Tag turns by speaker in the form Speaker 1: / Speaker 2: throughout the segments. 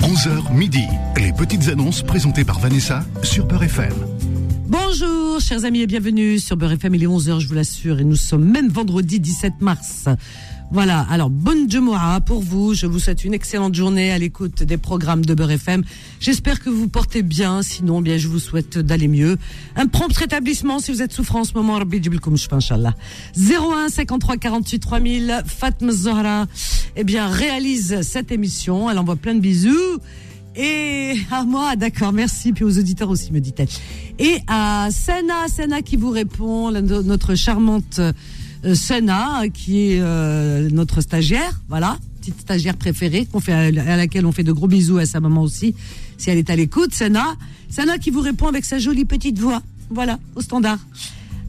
Speaker 1: 11h midi. Les petites annonces présentées par Vanessa sur Peur FM.
Speaker 2: Bonjour, chers amis, et bienvenue sur Beurre FM. Il est 11h, je vous l'assure, et nous sommes même vendredi 17 mars. Voilà, alors bonne Jumu'ah pour vous. Je vous souhaite une excellente journée à l'écoute des programmes de Beurre FM. J'espère que vous vous portez bien. Sinon, bien, je vous souhaite d'aller mieux. Un prompt rétablissement si vous êtes souffrant en ce moment. Rabbi Jibilkoum Shfa, Inch'Allah. 01 53 48 3000. Fatma Zohra, eh bien, réalise cette émission. Elle envoie plein de bisous. Et à moi, d'accord, merci. Puis aux auditeurs aussi, me dit-elle. Et à Sana, Sana qui vous répond, la- notre charmante euh, Sana, qui est euh, notre stagiaire, voilà, petite stagiaire préférée, qu'on fait à, à laquelle on fait de gros bisous à sa maman aussi, si elle est à l'écoute, Sana. Sana qui vous répond avec sa jolie petite voix, voilà, au standard.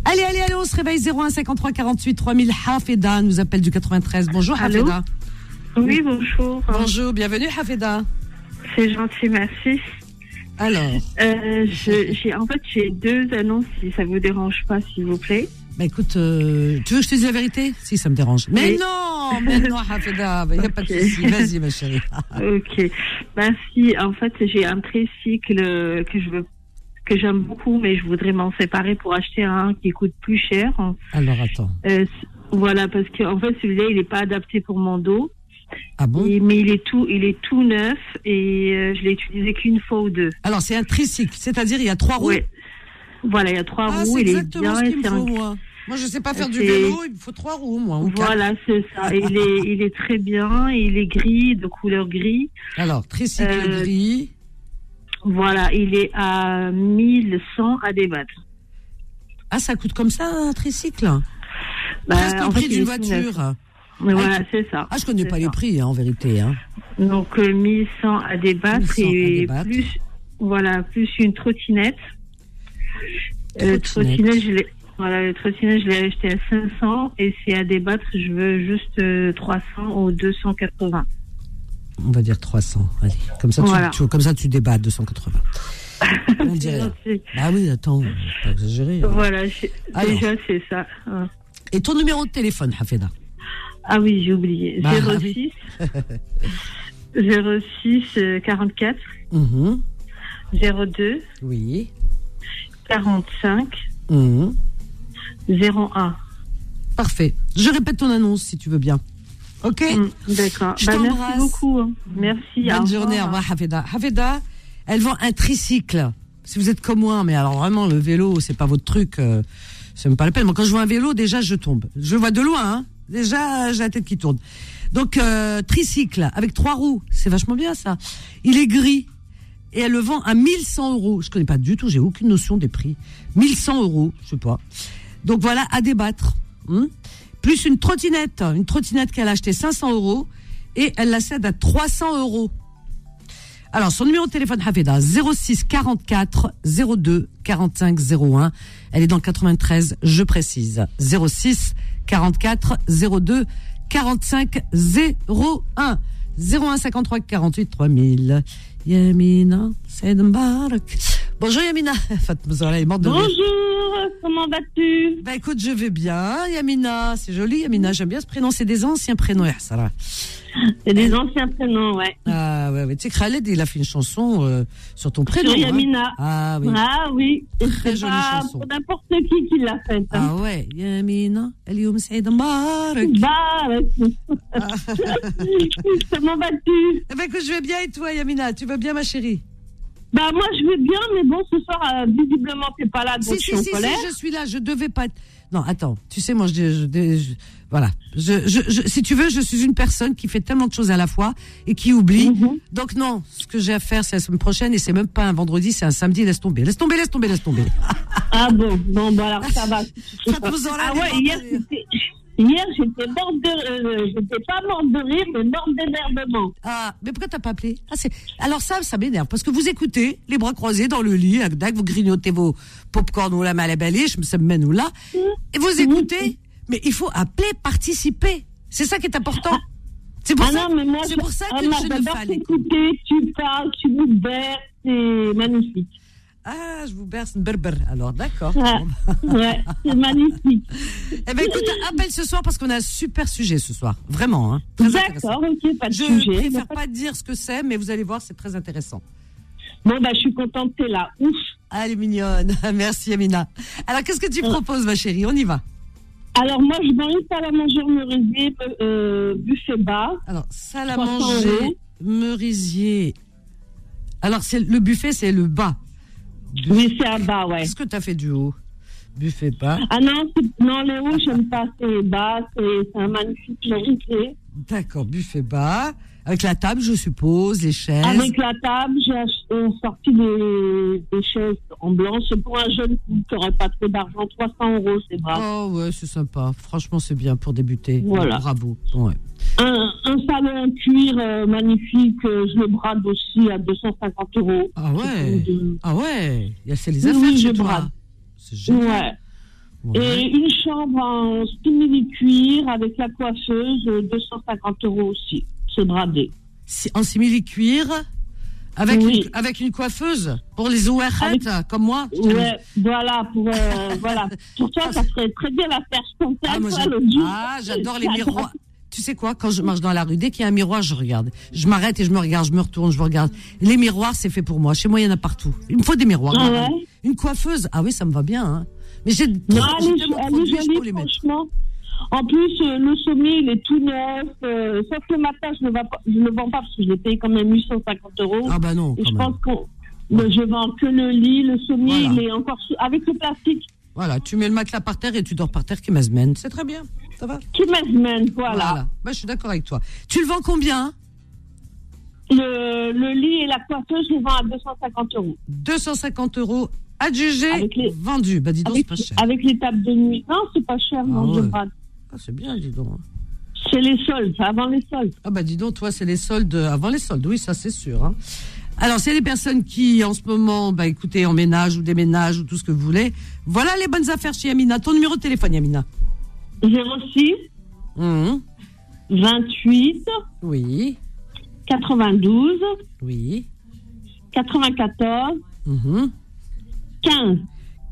Speaker 2: Allez, allez, allez, on se réveille 01 53 48 3000. Hafeda nous appelle du 93. Bonjour,
Speaker 3: Allô
Speaker 2: Hafeda.
Speaker 3: Oui, bonjour.
Speaker 2: Bonjour, bienvenue, Hafeda.
Speaker 3: C'est gentil, merci.
Speaker 2: Alors.
Speaker 3: Euh, je- j'ai- en fait, j'ai deux annonces, si ça vous dérange pas, s'il vous plaît.
Speaker 2: Bah écoute, euh, tu veux que je te dise la vérité Si, ça me dérange. Mais
Speaker 3: Oui.
Speaker 2: non, mais non, Hafeda, il n'y a pas de
Speaker 3: Ok.
Speaker 2: souci. Vas-y, ma chérie.
Speaker 3: Ok. Merci. En fait, j'ai un tricycle euh, que je veux que j'aime beaucoup, mais je voudrais m'en séparer pour acheter un qui coûte plus cher.
Speaker 2: Alors, attends.
Speaker 3: Euh, c- voilà, parce qu'en fait, celui-là, il n'est pas adapté pour mon dos.
Speaker 2: Ah bon
Speaker 3: Et- mais il est tout, il est tout neuf et euh, je l'ai utilisé qu'une fois ou deux.
Speaker 2: Alors, c'est un tricycle, c'est-à-dire il y a trois roues.
Speaker 3: Ouais. Voilà, il y a trois
Speaker 2: ah,
Speaker 3: roues,
Speaker 2: c'est
Speaker 3: il est
Speaker 2: exactement
Speaker 3: bien.
Speaker 2: ce
Speaker 3: et
Speaker 2: qu'il me
Speaker 3: c'est un
Speaker 2: faut, moi. Moi, je sais pas faire du
Speaker 3: C'est-
Speaker 2: vélo, il me faut trois roues, moi. ou quatre.
Speaker 3: Voilà, c'est ça. Il est, il est très bien. Il est gris, de couleur gris.
Speaker 2: Alors, tricycle
Speaker 3: Euh,
Speaker 2: gris.
Speaker 3: Voilà, il est à 1100 à débattre.
Speaker 2: Ah, ça coûte comme ça, un tricycle
Speaker 3: Bah,
Speaker 2: Presque
Speaker 3: en
Speaker 2: le prix
Speaker 3: fait, il
Speaker 2: d'une
Speaker 3: est tout neuf.
Speaker 2: voiture.
Speaker 3: Mais
Speaker 2: Ah,
Speaker 3: voilà, c'est ça.
Speaker 2: Ah, je connais
Speaker 3: C'est
Speaker 2: pas
Speaker 3: ça.
Speaker 2: les prix, hein, en vérité. Hein.
Speaker 3: Donc, euh, 1100 à débattre
Speaker 2: 1100 à
Speaker 3: et
Speaker 2: débattre.
Speaker 3: plus, voilà, plus une trottinette. Euh,
Speaker 2: Trottinette.
Speaker 3: trottinette, je l'ai, voilà, le trottinette, je l'ai acheté à 500 et c'est à débattre, je veux juste euh, 300 ou 280.
Speaker 2: On va dire 300. Allez, comme ça, tu,
Speaker 3: Voilà.
Speaker 2: tu- comme ça, tu débats à 280. On dirait.
Speaker 3: Gentil.
Speaker 2: Bah oui, attends, faut pas exagérer. hein.
Speaker 3: Voilà, j'ai-
Speaker 2: Alors.
Speaker 3: déjà, c'est ça. hein.
Speaker 2: Et ton numéro de téléphone, Hafeda
Speaker 3: Ah oui, j'ai oublié.
Speaker 2: Bah, ah
Speaker 3: 06 06 euh, 44
Speaker 2: Mhm.
Speaker 3: 02
Speaker 2: Oui.
Speaker 3: 45
Speaker 2: Mhm.
Speaker 3: 01.
Speaker 2: Parfait. Je répète ton annonce si tu veux bien. Ok
Speaker 3: Mm, D'accord.
Speaker 2: Je
Speaker 3: Bah,
Speaker 2: t'embrasse.
Speaker 3: merci beaucoup. hein. Merci. au
Speaker 2: Bonne journée, au
Speaker 3: revoir.
Speaker 2: revoir, Hafeda. Hafeda, elle vend un tricycle. Si vous êtes comme moi, mais alors vraiment, le vélo, c'est pas votre truc, euh, c'est même pas la peine. Moi, quand je vois un vélo, déjà, je tombe. Je le vois de loin, hein. Déjà, euh, j'ai la tête qui tourne. Donc, euh, tricycle, avec trois roues, c'est vachement bien, ça. Il est gris. Et elle le vend à 1100 euros. Je connais pas du tout, j'ai aucune notion des prix. 1100 euros, je sais pas. Donc voilà, à débattre. hein. Plus une trottinette, une trottinette qu'elle a achetée 500 euros et elle la cède à 300 euros. Alors, son numéro de téléphone, Hafeda, 06 44 02 45 01. Elle est dans le 93, je précise. 06 44 02 45 01. 01 53 48 3000. Yamina, c'est Mbarak. Bonjour Yamina. Fatma Zahra est morte de rire.
Speaker 4: Bonjour, comment vas-tu
Speaker 2: Bah écoute, je vais bien, Yamina. C'est joli, Yamina. J'aime bien ce prénom. C'est des anciens prénoms, eh, Yahsara.
Speaker 4: C'est des anciens prénoms, ouais.
Speaker 2: Ah ouais, ouais. Tu sais, Khaled, il a fait une chanson euh, sur ton prénom.
Speaker 4: Sur
Speaker 2: hein.
Speaker 4: Yamina.
Speaker 2: Ah oui.
Speaker 4: Ah oui, et
Speaker 2: Très
Speaker 4: c'est
Speaker 2: jolie
Speaker 4: pas
Speaker 2: chanson.
Speaker 4: pour n'importe qui qui l'a faite. hein.
Speaker 2: Ah ouais, Yamina, اليوم سعيد مبارك.
Speaker 4: Bah, ouais. comment vas-tu
Speaker 2: Eh ben écoute, je vais bien et toi, Yamina, tu vas bien, ma chérie
Speaker 4: Bah moi je vais bien, mais bon ce soir euh, visiblement t'es pas là, donc
Speaker 2: Si,
Speaker 4: je
Speaker 2: si,
Speaker 4: suis en
Speaker 2: si, si,
Speaker 4: colère.
Speaker 2: je suis là, je devais pas. être- Non, attends, tu sais, moi, je, je- je- je- voilà. Je, je, je- si tu veux, je suis une personne qui fait tellement de choses à la fois et qui oublie.
Speaker 4: Mhm.
Speaker 2: Donc non, ce que j'ai à faire, c'est la semaine prochaine et c'est même pas un vendredi, c'est un samedi. Laisse tomber, laisse tomber, laisse tomber, laisse tomber.
Speaker 4: Ah bon, bon bah alors ça va.
Speaker 2: te hein, pose dans la
Speaker 4: ah
Speaker 2: vie,
Speaker 4: ouais,
Speaker 2: mon
Speaker 4: hier
Speaker 2: délire.
Speaker 4: c'était- hier j'étais morte de, euh, j'étais pas morte de rire, mais morte d'énervement.
Speaker 2: Ah, mais pourquoi t'as pas appelé ah, c'est... Alors ça, ça m'énerve, parce que vous écoutez, les bras croisés dans le lit, avec dac, vous grignotez vos popcorn ou la malabaliche, je me ou là,
Speaker 4: Mmh.
Speaker 2: et vous écoutez, mais il faut appeler, participer. C'est ça qui est important. C'est pour
Speaker 4: Ah
Speaker 2: ça,
Speaker 4: non, mais moi,
Speaker 2: c'est
Speaker 4: je-
Speaker 2: pour ça que
Speaker 4: ah, moi,
Speaker 2: je ne
Speaker 4: j'adore
Speaker 2: fallait.
Speaker 4: t'écouter, tu parles, tu libères, c'est magnifique.
Speaker 2: Ah, je vous berce une berber. Alors, d'accord.
Speaker 4: Ouais, ouais, c'est magnifique.
Speaker 2: Eh bien, écoute, appelle ce soir parce qu'on a un super sujet ce soir. Vraiment, hein. Très intéressant.
Speaker 4: D'accord, ok, pas de
Speaker 2: Je
Speaker 4: sujet.
Speaker 2: préfère pas dire ce que c'est, mais vous allez voir, c'est très intéressant.
Speaker 4: Bon, bah, je suis contente, t'es là. Ouf.
Speaker 2: Ah, elle est mignonne. Merci, Amina. Alors, qu'est-ce que tu proposes, ma chérie On y va.
Speaker 4: Alors, moi, je mange pas la manger meurisée, euh, buffet bas.
Speaker 2: Alors, salle à
Speaker 4: 300
Speaker 2: manger,
Speaker 4: euros.
Speaker 2: merisier. Alors, c'est le buffet, c'est le bas.
Speaker 4: Oui, c'est à bas, ouais.
Speaker 2: Qu'est-ce que tu as fait du haut Buffet bas.
Speaker 4: Ah non, c'est- non les hauts, j'aime pas. C'est bas, c'est c'est un magnifique meurisé.
Speaker 2: D'accord, buffet bas. Avec la table, je suppose, les chaises.
Speaker 4: Avec la table, j'ai ach- euh, sorti des, des choses en blanc. C'est pour un jeune couple qui n'aurait pas trop d'argent. 300 euros, c'est bas.
Speaker 2: Oh ouais, c'est sympa. Franchement, c'est bien pour débuter.
Speaker 4: Voilà.
Speaker 2: Bravo. Ouais.
Speaker 4: Un, un salon en cuir euh, magnifique, euh, je le brade aussi à 250 euros.
Speaker 2: Ah ouais.
Speaker 4: De-
Speaker 2: Ah ouais. Il y a c'est les
Speaker 4: Oui,
Speaker 2: affaires
Speaker 4: oui,
Speaker 2: chez
Speaker 4: je
Speaker 2: toi.
Speaker 4: brade.
Speaker 2: C'est génial.
Speaker 4: Ouais.
Speaker 2: Ouais.
Speaker 4: Et une chambre en simili cuir avec la coiffeuse, euh, 250 euros aussi. C'est bradé.
Speaker 2: Si- En simili cuir, avec
Speaker 4: Oui.
Speaker 2: une, avec une coiffeuse pour les ORH comme moi.
Speaker 4: Ouais, voilà, pour, euh, voilà. Pour toi, ça serait très bien la faire spontanée,
Speaker 2: Ah, moi,
Speaker 4: toi,
Speaker 2: j'a-
Speaker 4: l'autre jour.
Speaker 2: ah, j'adore les miroirs. Tu sais quoi, quand je marche dans la rue, dès qu'il y a un miroir, je regarde. Je m'arrête et je me regarde, je me retourne, je me regarde. Les miroirs, c'est fait pour moi. Chez moi, il y en a partout. Il me faut des miroirs.
Speaker 4: Ah
Speaker 2: madame.
Speaker 4: ouais
Speaker 2: Une coiffeuse, ah oui, ça me va bien. Hein. Mais j'ai
Speaker 4: Non,
Speaker 2: trop-
Speaker 4: elle
Speaker 2: j'ai
Speaker 4: est,
Speaker 2: tellement de
Speaker 4: elle est
Speaker 2: produits, je peux
Speaker 4: jolie,
Speaker 2: les mettre.
Speaker 4: franchement. En plus, euh, le sommet, il est tout neuf. euh, sauf le matin, je ne le, le vends pas parce que je l'ai payé quand même 850 euros.
Speaker 2: Ah bah non,
Speaker 4: Et
Speaker 2: quand
Speaker 4: je
Speaker 2: même.
Speaker 4: pense qu'on. mais je vends que le lit, le sommier,
Speaker 2: Voilà.
Speaker 4: il est encore sous- avec le plastique
Speaker 2: Voilà, tu mets le matelas par terre et tu dors par terre qui m'asmène. C'est très bien, ça va
Speaker 4: qui m'amène, voilà.
Speaker 2: Bah, je suis d'accord avec toi. Tu le vends combien hein
Speaker 4: Le, le lit et la coiffeuse, je les vends à 250 euros.
Speaker 2: 250 euros adjugé,
Speaker 4: Avec les-
Speaker 2: vendu. Bah dis donc, c'est
Speaker 4: Avec,
Speaker 2: pas cher.
Speaker 4: avec les tables de nuit. Non, c'est pas cher, non,
Speaker 2: Ah
Speaker 4: je
Speaker 2: ouais.
Speaker 4: brade.
Speaker 2: Ah, c'est bien, dis donc.
Speaker 4: C'est les soldes, c'est avant les soldes.
Speaker 2: Ah bah dis donc, toi, c'est les soldes, euh, avant les soldes, oui, ça c'est sûr. hein. Alors, c'est les personnes qui, en ce moment, bah écoutez, emménagent ou déménagent ou tout ce que vous voulez. Voilà les bonnes affaires chez Yamina. Ton numéro de téléphone, Yamina
Speaker 4: 06
Speaker 2: Hum,
Speaker 4: 28
Speaker 2: Oui,
Speaker 4: 92
Speaker 2: oui.
Speaker 4: 94
Speaker 2: mhm.
Speaker 4: 15.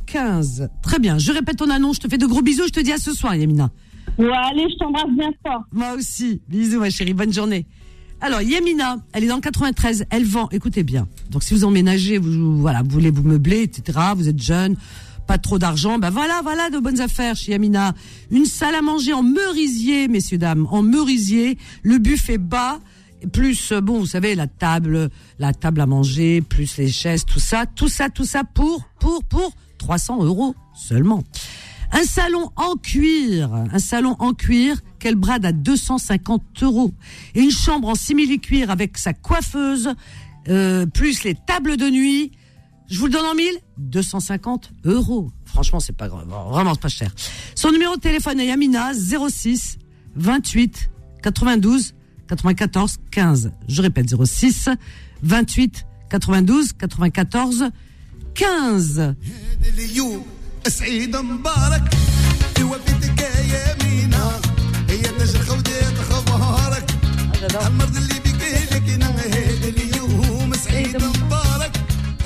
Speaker 2: 15. Très bien, je répète ton annonce, je te fais de gros bisous, je te dis à ce soir, Yamina.
Speaker 4: Ouais, allez, je t'embrasse bien fort.
Speaker 2: Moi aussi. Bisous, ma chérie. Bonne journée. Alors, Yamina, elle est dans le 93. Elle vend. Écoutez bien. Donc, si vous emménagez, vous, voilà, vous voulez vous meubler, etc., vous êtes jeune, pas trop d'argent, ben voilà, voilà de bonnes affaires chez Yamina. Une salle à manger en merisier, messieurs, dames, en merisier. Le buffet bas. Plus, euh, bon, vous savez, la table, la table à manger, plus les chaises, tout ça, tout ça, tout ça pour, pour, pour 300 euros seulement. Un salon en cuir, un salon en cuir qu'elle brade à 250 euros. Et une chambre en simili-cuir avec sa coiffeuse, euh, plus les tables de nuit. Je vous le donne en mille, 250 euros. Franchement, c'est pas grave, vraiment c'est pas cher. Son numéro de téléphone est Yamina 06 28 92 94 15. Je répète 06 28 92 94 15.
Speaker 5: هذا اليوم سعيد مبارك توفيتك يا مينا هي تشرق وديت خبارك المرض اللي بك لك انا هذا اليوم سعيد مبارك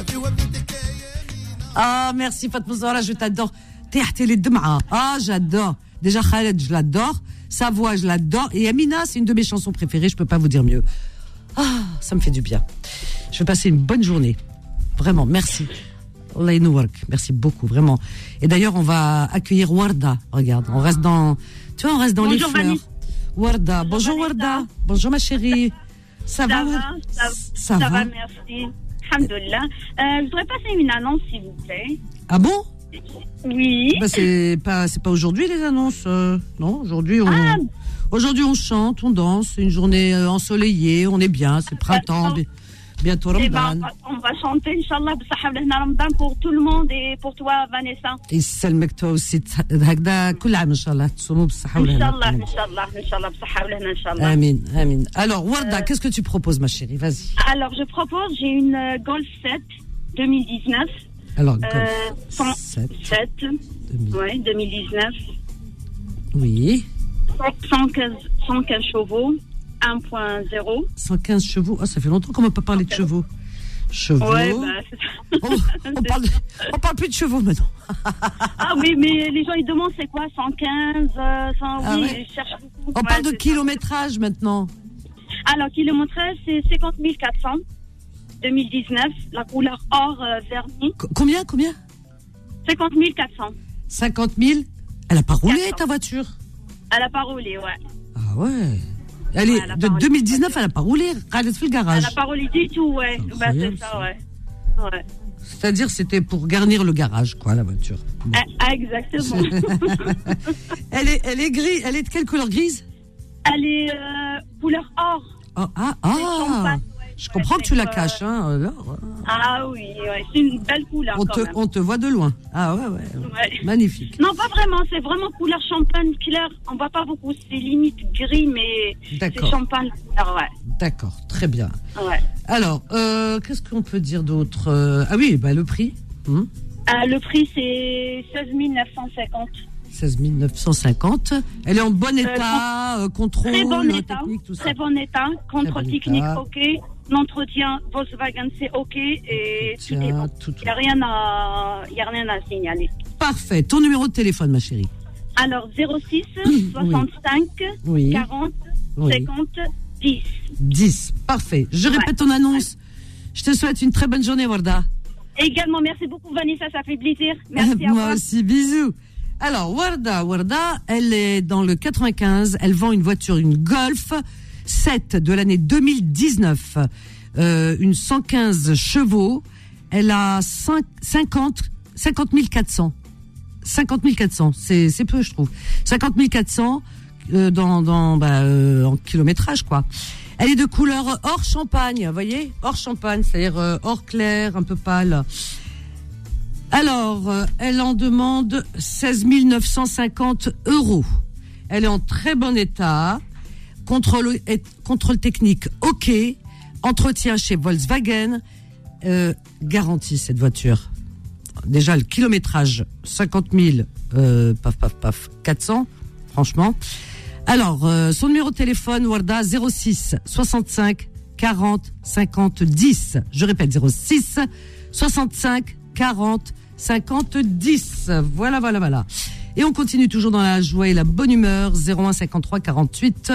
Speaker 5: توفيتك يا مينا
Speaker 2: Ah, merci Fatma Zahra, je t'adore. T'es les Demain. Ah, j'adore. Déjà Khaled, je l'adore. Sa voix, je l'adore. Et Amina, c'est une de mes chansons préférées, je peux pas vous dire mieux. Ah, ça me fait du bien. Je vais passer une bonne journée. Vraiment, merci. Allah Work, merci beaucoup, vraiment. Et d'ailleurs, on va accueillir Warda. Regarde, on reste dans, tu vois, on reste dans
Speaker 4: Bonjour,
Speaker 2: les fleurs.
Speaker 4: Vanessa.
Speaker 2: Warda, bonjour,
Speaker 4: Vanessa.
Speaker 2: Warda, bonjour ma chérie. Ça,
Speaker 6: Ça
Speaker 2: va,
Speaker 6: va,
Speaker 2: Warda
Speaker 6: ça,
Speaker 2: Ça
Speaker 6: ça
Speaker 2: va.
Speaker 6: va, merci. Alhamdulillah. Euh, je voudrais passer une annonce, s'il vous plaît.
Speaker 2: Ah bon
Speaker 6: Oui.
Speaker 2: Bah, c'est pas c'est pas aujourd'hui les annonces euh, non aujourd'hui on
Speaker 6: Ah.
Speaker 2: aujourd'hui on chante on danse c'est une journée euh, ensoleillée on est bien c'est printemps bi- bientôt
Speaker 6: Eh ben, on,
Speaker 2: Ramadan
Speaker 6: va, on va chanter, Inch'Allah, Bissaha Blahna Ramadan pour tout le monde et pour toi, Vanessa.
Speaker 2: et سلمك toi aussi هكذا كل عام ان شاء الله تصوموا بالصحه
Speaker 6: Inch'Allah,
Speaker 2: والهنا
Speaker 6: Inch'Allah, Inch'Allah, Bissaha Blahna, Inch'Allah.
Speaker 2: Amin, amin. Alors, Warda,
Speaker 6: Euh.
Speaker 2: qu'est-ce que tu proposes, ma chérie Vas-y.
Speaker 6: Alors, je propose, j'ai une euh, Golf 7 2019.
Speaker 2: Alors,
Speaker 6: Euh,
Speaker 2: golf, 7,
Speaker 6: 7,
Speaker 2: 2000.
Speaker 6: ouais, 2019.
Speaker 2: Oui,
Speaker 6: 115, 115 chevaux, 1.0.
Speaker 2: 115 chevaux. Ah, ça fait longtemps qu'on m'a pas parlé de chevaux. Chevaux.
Speaker 6: Ouais, bah, c'est ça.
Speaker 2: on, on parle, on parle plus de chevaux maintenant.
Speaker 6: Ah oui, mais les gens ils demandent c'est quoi 115, euh, 100,
Speaker 2: Ah
Speaker 6: oui,
Speaker 2: ouais.
Speaker 6: ils cherchent beaucoup.
Speaker 2: On
Speaker 6: Ouais,
Speaker 2: parle de
Speaker 6: c'est ça.
Speaker 2: kilométrage maintenant.
Speaker 6: Alors, kilométrage, c'est 50 400, 2019, la couleur or euh, vernis,
Speaker 2: Co- combien Combien
Speaker 6: 50 400.
Speaker 2: 50 000 Elle a pas roulé
Speaker 6: 400.
Speaker 2: ta voiture
Speaker 6: Elle a pas roulé, ouais.
Speaker 2: Ah ouais. Elle est,
Speaker 6: Ouais, elle a
Speaker 2: de
Speaker 6: pas roulé.
Speaker 2: 2019, elle a pas roulé. Elle est sur le
Speaker 6: Elle
Speaker 2: garage.
Speaker 6: a pas roulé du tout, ouais.
Speaker 2: C'est
Speaker 6: Bah,
Speaker 2: incroyable,
Speaker 6: c'est ça,
Speaker 2: ça.
Speaker 6: ouais. Ouais.
Speaker 2: C'est-à-dire, c'était pour garnir le garage, quoi, la voiture. Bon.
Speaker 6: Ah, ah, exactement.
Speaker 2: Elle est, elle est grise. Elle est de quelle couleur grise
Speaker 6: Elle est euh, couleur or.
Speaker 2: Oh, Ah,
Speaker 6: C'est
Speaker 2: ah.
Speaker 6: champagne, ouais,
Speaker 2: Je
Speaker 6: ouais,
Speaker 2: comprends que tu
Speaker 6: c'est,
Speaker 2: la
Speaker 6: euh,
Speaker 2: caches. Hein. alors.
Speaker 6: Ah oui, ouais, c'est une belle couleur
Speaker 2: on,
Speaker 6: quand
Speaker 2: te,
Speaker 6: même.
Speaker 2: on te voit de loin. Ah ouais, ouais.
Speaker 6: Ouais.
Speaker 2: Magnifique.
Speaker 6: Non, pas vraiment, c'est vraiment couleur champagne clair. On voit pas beaucoup, c'est limite gris, mais c'est
Speaker 2: D'accord,
Speaker 6: champagne clair, ouais.
Speaker 2: d'accord. Très bien.
Speaker 6: ouais.
Speaker 2: Alors, euh, qu'est-ce qu'on peut dire d'autre Euh, Ah oui, bah, le prix. Hum,
Speaker 6: Ah, le prix, c'est 16 950.
Speaker 2: 16 950. Elle est en bon état, euh, contrôle,
Speaker 6: Très bon
Speaker 2: euh,
Speaker 6: état,
Speaker 2: technique, tout ça.
Speaker 6: très bon état. Contrôle
Speaker 2: bon
Speaker 6: technique,
Speaker 2: état.
Speaker 6: ok. L'entretien Volkswagen, c'est ok. Et tout est
Speaker 2: Tiens,
Speaker 6: bon.
Speaker 2: tout- tout-
Speaker 6: Il n'y a, rien à- il y a rien à signaler.
Speaker 2: Parfait. Ton numéro de téléphone, ma chérie.
Speaker 6: Alors, 06 65
Speaker 2: Oui.
Speaker 6: 40
Speaker 2: Oui.
Speaker 6: 50 10.
Speaker 2: 10. Parfait. Je répète ton annonce. Je te souhaite une très bonne journée, Warda.
Speaker 6: Également, merci beaucoup, Vanessa, ça fait plaisir. Merci à
Speaker 2: Moi
Speaker 6: vous.
Speaker 2: aussi, bisous. Alors, Warda, Warda, elle est dans le 95. Elle vend une voiture, une Golf 7 de l'année 2019. Euh, une 115 chevaux. Elle a 5, 50, 50 400. 50 400, c'est c'est peu, je trouve. 50 400 euh, dans, dans, bah, euh, en kilométrage, quoi. Elle est de couleur hors champagne, vous voyez Hors champagne, c'est-à-dire euh, hors clair, un peu pâle. Alors, euh, elle en demande 16 950 euros. Elle est en très bon état. Contrôle, et- contrôle technique, OK. Entretien chez Volkswagen. Euh, garantie, cette voiture. Déjà, le kilométrage, 50 000, euh, paf, paf, paf, 400, franchement. Alors, euh, son numéro de téléphone, Warda, 06 65 40 50 10. Je répète, 06 65 40 50 10. Voilà, voilà, voilà. Et on continue toujours dans la joie et la bonne humeur, 01 53 48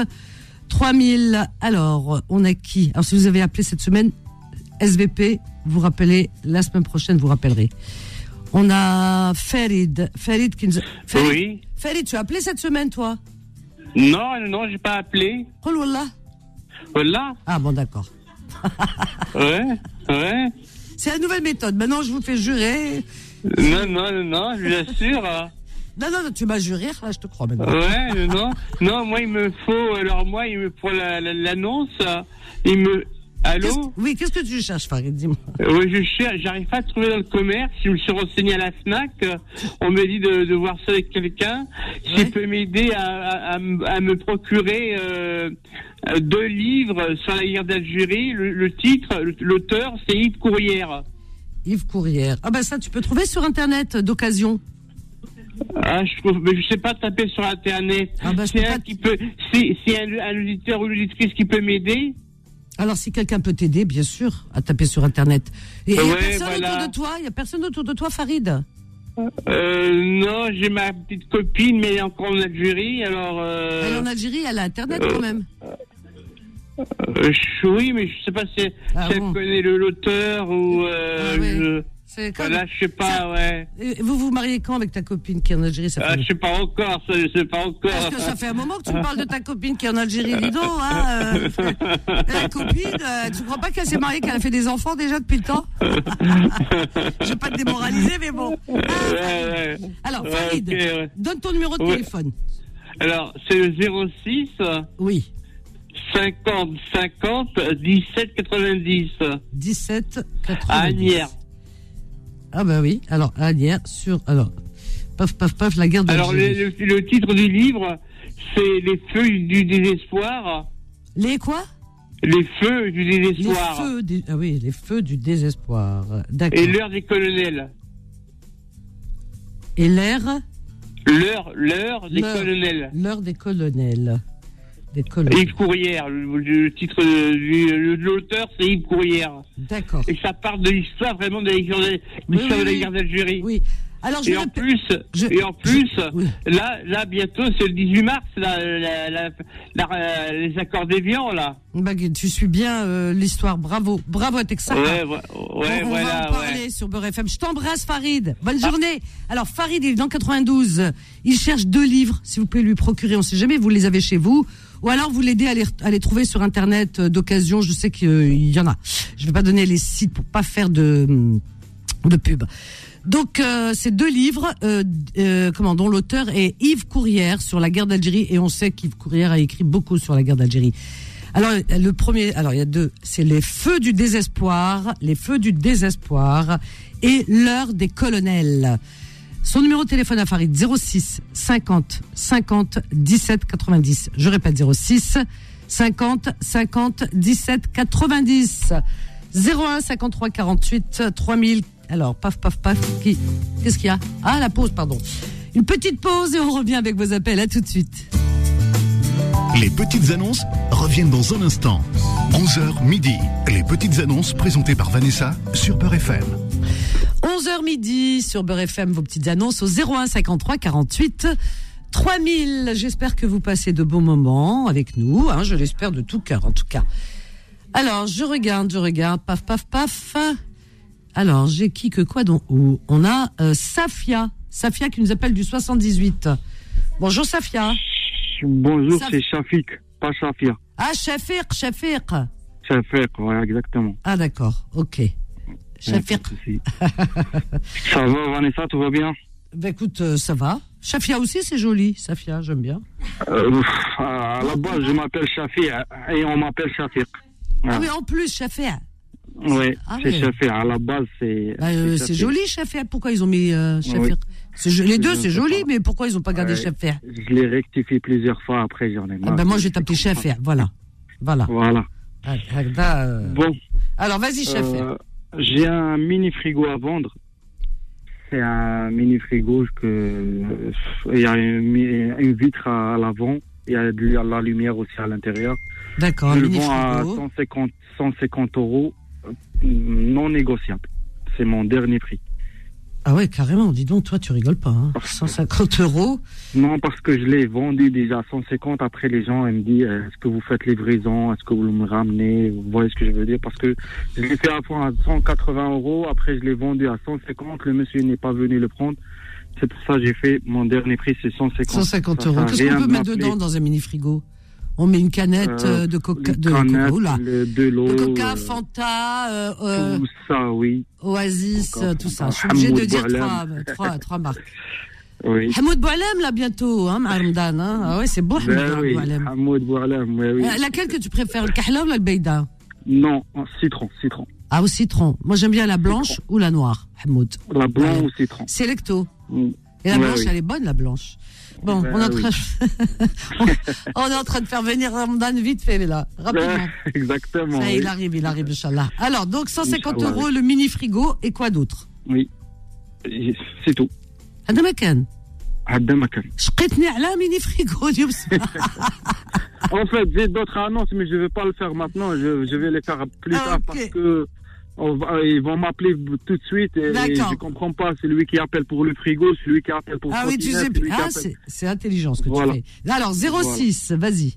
Speaker 2: 3000. Alors, on a qui Alors, si vous avez appelé cette semaine, SVP, vous rappelez, la semaine prochaine, vous rappellerez. On a Farid. Farid, qui nous a- Farid,
Speaker 7: Oui.
Speaker 2: Farid, tu as appelé cette semaine, toi
Speaker 7: Non, non, j'ai pas appelé.
Speaker 2: Oh là là.
Speaker 7: Voilà.
Speaker 2: Ah bon, d'accord.
Speaker 7: Ouais, ouais.
Speaker 2: C'est la nouvelle méthode. Maintenant, je vous fais jurer.
Speaker 7: Non, non, non, non, je l'assure. hein.
Speaker 2: Non, non, non, tu m'as juré. Là, je te crois maintenant.
Speaker 7: Ouais, non, non. Non, moi, il me faut. Alors, moi, il me, pour la- la- l'annonce, euh, il me.
Speaker 2: Qu'est-ce-
Speaker 7: Allô
Speaker 2: oui, qu'est-ce que tu cherches, Farid Dis-moi.
Speaker 7: Euh, Je cherche, j'arrive pas à trouver dans le commerce. Je me suis renseigné à la Fnac. euh, On m'a dit de, de voir ça avec quelqu'un. S'il
Speaker 2: Ouais.
Speaker 7: peut m'aider à, à- à m- à me procurer euh, euh, deux livres sur la guerre d'Algérie. Le, le titre, l'auteur, c'est Yves Courrière.
Speaker 2: Yves Courrière. Ah ben ça, tu peux trouver sur Internet euh, d'occasion.
Speaker 7: Ah, je trouve, mais je sais pas taper sur internet.
Speaker 2: Ah bah, je
Speaker 7: c'est
Speaker 2: peux
Speaker 7: un
Speaker 2: pas-
Speaker 7: qui peut, c'est, c'est un, un auditeur ou une auditrice qui peut m'aider.
Speaker 2: Alors, si quelqu'un peut t'aider, bien sûr, à taper sur Internet. Et il n'y a
Speaker 7: Ouais,
Speaker 2: personne
Speaker 7: voilà.
Speaker 2: autour de toi Il n'y a personne autour de toi, Farid
Speaker 7: Euh, non, j'ai ma petite copine, mais elle est encore en Algérie, alors euh,
Speaker 2: Elle est en Algérie, elle a Internet quand même.
Speaker 7: euh, je- oui, mais je sais pas si,
Speaker 2: Ah
Speaker 7: si elle
Speaker 2: bon.
Speaker 7: connaît le l'auteur ou euh,
Speaker 2: Ah ouais.
Speaker 7: je-
Speaker 2: C'est quand
Speaker 7: voilà, je sais pas,
Speaker 2: Ça-
Speaker 7: ouais.
Speaker 2: Et Vous vous mariez quand avec ta copine qui est en Algérie ça fait...
Speaker 7: Ah, je sais pas encore, ça, je sais pas encore. Ah,
Speaker 2: Parce que ça fait un moment que tu me parles de ta copine qui est en Algérie, dis donc. Hein, euh, la copine, euh, tu crois pas qu'elle s'est mariée, qu'elle a fait des enfants déjà depuis le temps Je vais pas te démoraliser, mais bon. Ah,
Speaker 7: Ouais, ouais.
Speaker 2: Alors,
Speaker 7: Ouais,
Speaker 2: Farid,
Speaker 7: ok, ouais.
Speaker 2: donne ton numéro de
Speaker 7: Ouais.
Speaker 2: téléphone.
Speaker 7: Alors, c'est le 06
Speaker 2: Oui,
Speaker 7: 50 50 17 90
Speaker 2: 17 90.
Speaker 7: à Agnières.
Speaker 2: Ah bah oui, alors Agnières sur... Alors, paf, paf, paf, la guerre de
Speaker 7: Alors, le,
Speaker 2: l'Algérie.
Speaker 7: le, le titre du livre, c'est Les feux du désespoir.
Speaker 2: Les quoi
Speaker 7: Les feux du
Speaker 2: Les
Speaker 7: désespoir.
Speaker 2: feux, du- ah oui, les feux du désespoir. D'accord.
Speaker 7: Et l'heure des colonels.
Speaker 2: Et l'air
Speaker 7: L'heure, l'heure des
Speaker 2: L'heure.
Speaker 7: colonels.
Speaker 2: L'heure des colonels. Des colons.
Speaker 7: Yves Courrière, le, le titre du- le- de l'auteur, c'est Yves Courrière.
Speaker 2: D'accord.
Speaker 7: Et ça part de l'histoire vraiment de la guerre de,
Speaker 2: oui,
Speaker 7: l'histoire de la
Speaker 2: oui.
Speaker 7: guerre d'Algérie.
Speaker 2: Oui. Alors, je
Speaker 7: Et
Speaker 2: vais
Speaker 7: en
Speaker 2: répé-
Speaker 7: plus,
Speaker 2: je-
Speaker 7: et en plus,
Speaker 2: oui.
Speaker 7: là, là bientôt, c'est le 18 mars, là, la- la- la- les accords d'Évian, là.
Speaker 2: Bah, tu suis bien euh, l'histoire. Bravo. Bravo à Texar.
Speaker 7: ouais, ouais, ouais, Ah.
Speaker 2: on, on va
Speaker 7: voilà,
Speaker 2: en parler
Speaker 7: ouais.
Speaker 2: sur Beurre FM. Je t'embrasse, Farid. Bonne journée. Alors, Farid, il est dans 92. Il cherche deux livres. Si vous pouvez lui procurer, on sait jamais, vous les avez chez vous. Ou alors, vous l'aidez à les, à les trouver sur Internet euh, d'occasion. Je sais qu'il y en a. Je vais pas donner les sites pour pas faire de, hum, de pub. Donc, euh, ces deux livres, euh, euh, comment, dont l'auteur est Yves Courrière sur la guerre d'Algérie. Et on sait qu'Yves Courrière a écrit beaucoup sur la guerre d'Algérie. Alors le premier, alors il y a deux, c'est les feux du désespoir, les feux du désespoir et l'heure des colonels. Son numéro de téléphone à Farid 06 50 50 17 90. Je répète 06 50 50 17 90. 01 53 48 3000. Alors paf paf paf qui qu'est-ce qu'il y a Ah la pause pardon. Une petite pause et on revient avec vos appels à tout de suite.
Speaker 1: Les petites annonces reviennent dans un instant. 11h midi. Les petites annonces présentées par Vanessa sur Peur FM.
Speaker 2: 11h midi sur Beurre FM, vos petites annonces au 01 53 48 3000. J'espère que vous passez de bons moments avec nous. hein, je l'espère de tout cœur, en tout cas. Alors, je regarde, je regarde. Paf, paf, paf. Alors, j'ai qui que quoi donc haut On a euh, Safia. Safia qui nous appelle du 78. Bonjour Safia.
Speaker 8: Bonjour,
Speaker 2: Ça-
Speaker 8: c'est Shafik, pas Shafir.
Speaker 2: Ah, Shafir, Shafir.
Speaker 8: Shafik, ouais, exactement.
Speaker 2: Ah, d'accord, ok. Shafir.
Speaker 8: Ouais, pas de souci. Ça va, Vanessa, tout va bien
Speaker 2: Bah, écoute, euh, ça va. Shafia aussi, c'est joli. Safia, j'aime bien.
Speaker 8: Euh, ouf, À la base, je m'appelle Shafik et on m'appelle Shafik.
Speaker 2: Ah oui, en plus, Shafia.
Speaker 8: Oui,
Speaker 2: Ah
Speaker 8: c'est
Speaker 2: ouais.
Speaker 8: Shafik. À la base, c'est.
Speaker 2: Bah, euh,
Speaker 8: Shafik.
Speaker 2: c'est joli, Shafir. Pourquoi ils ont mis euh, Shafir
Speaker 8: Oui.
Speaker 2: C'est jo- Les deux,
Speaker 8: Je
Speaker 2: c'est
Speaker 8: sais
Speaker 2: joli,
Speaker 8: pas.
Speaker 2: mais pourquoi ils ont pas gardé
Speaker 8: Ouais.
Speaker 2: Shafir
Speaker 8: Je l'ai rectifié plusieurs fois après, j'en ai
Speaker 2: Ah
Speaker 8: marre.
Speaker 2: ben, Moi, je vais t'appeler Shafir. Voilà. Voilà.
Speaker 8: Voilà.
Speaker 2: Ah, ah, bah, euh,
Speaker 8: Bon,
Speaker 2: Alors, vas-y, Shafir.
Speaker 8: euh, j'ai un mini frigo à vendre. C'est un mini frigo que il y a une, une vitre à, à l'avant, il y a de la- la lumière aussi à l'intérieur.
Speaker 2: D'accord, un
Speaker 8: Je le
Speaker 2: mini
Speaker 8: vends à
Speaker 2: frigo.
Speaker 8: 150, 150 euros, euh, non négociable. C'est mon dernier prix.
Speaker 2: Ah ouais, carrément. Dis donc, toi, tu rigoles pas. hein. 150 euros.
Speaker 8: Non, parce que je l'ai vendu déjà à 150. Après, les gens, ils me disent, euh, est-ce que vous faites livraison Est-ce que vous me ramenez Vous voyez ce que je veux dire Parce que je l'ai fait avant à 180 euros. Après, je l'ai vendu à 150. Le monsieur n'est pas venu le prendre. C'est pour ça que j'ai fait mon dernier prix, c'est 150.
Speaker 2: 150
Speaker 8: Ça
Speaker 2: euros.
Speaker 8: sert à
Speaker 2: Qu'est-ce qu'on
Speaker 8: rien
Speaker 2: peut
Speaker 8: de
Speaker 2: mettre
Speaker 8: m'appeler.
Speaker 2: dedans dans un mini frigo On met une canette
Speaker 8: Euh,
Speaker 2: euh, de coca.
Speaker 8: Les
Speaker 2: De,
Speaker 8: canettes,
Speaker 2: coca, oula.
Speaker 8: le- de l'eau,
Speaker 2: de coca,
Speaker 8: euh,
Speaker 2: Fanta, euh, euh,
Speaker 8: tout ça, oui.
Speaker 2: Oasis,
Speaker 8: Encore
Speaker 2: euh, tout ça.
Speaker 8: Fanta.
Speaker 2: Je suis obligée de
Speaker 8: Hamoud
Speaker 2: dire trois,
Speaker 8: Boualem.
Speaker 2: trois, trois marques.
Speaker 8: oui.
Speaker 2: Hamoud Boualem, là, bientôt, hein, M'a Ramadan, hein. Ah ouais, c'est beau, Hamoud
Speaker 8: Ben oui,
Speaker 2: Boualem.
Speaker 8: Hamoud Boualem, oui, oui.
Speaker 2: Euh, laquelle que tu préfères, le kahla ou le beida
Speaker 8: Non, en citron, citron.
Speaker 2: Ah, au citron. Moi, j'aime bien la blanche ou la noire, Hamoud.
Speaker 8: La blanc
Speaker 2: Ouais.
Speaker 8: ou citron.
Speaker 2: Selecto.
Speaker 8: Mm.
Speaker 2: Et la
Speaker 8: Ouais,
Speaker 2: blanche,
Speaker 8: oui.
Speaker 2: elle est bonne, la blanche. Bon,
Speaker 8: Ben
Speaker 2: on, est en train... on, on est en train de faire venir Ramadan vite fait, là, rapidement.
Speaker 8: Ben, Exactement.
Speaker 2: Ça y est,
Speaker 8: oui.
Speaker 2: il arrive, il arrive, Inch'Allah. Alors, donc 150
Speaker 8: Inch'Allah,
Speaker 2: euros le mini frigo et quoi d'autre
Speaker 8: Oui. C'est tout.
Speaker 2: هذا ما كان
Speaker 8: هذا ما كان.
Speaker 2: شقيتني على ميني فريغو اليوم
Speaker 8: En fait, j'ai d'autres annonces, mais je ne vais pas le faire maintenant. Je, je vais les faire plus
Speaker 2: Ah,
Speaker 8: tard
Speaker 2: ok.
Speaker 8: parce que on va- ils vont m'appeler tout de suite. Et
Speaker 2: D'accord.
Speaker 8: je comprends pas. C'est lui qui appelle pour le frigo, c'est lui qui appelle pour
Speaker 2: Ah oui, tu
Speaker 8: trottinette,
Speaker 2: sais.
Speaker 8: c'est lui qui
Speaker 2: Ah,
Speaker 8: appelle-
Speaker 2: c'est- c'est intelligent ce que
Speaker 8: Voilà.
Speaker 2: tu fais. Alors, 06, vas-y.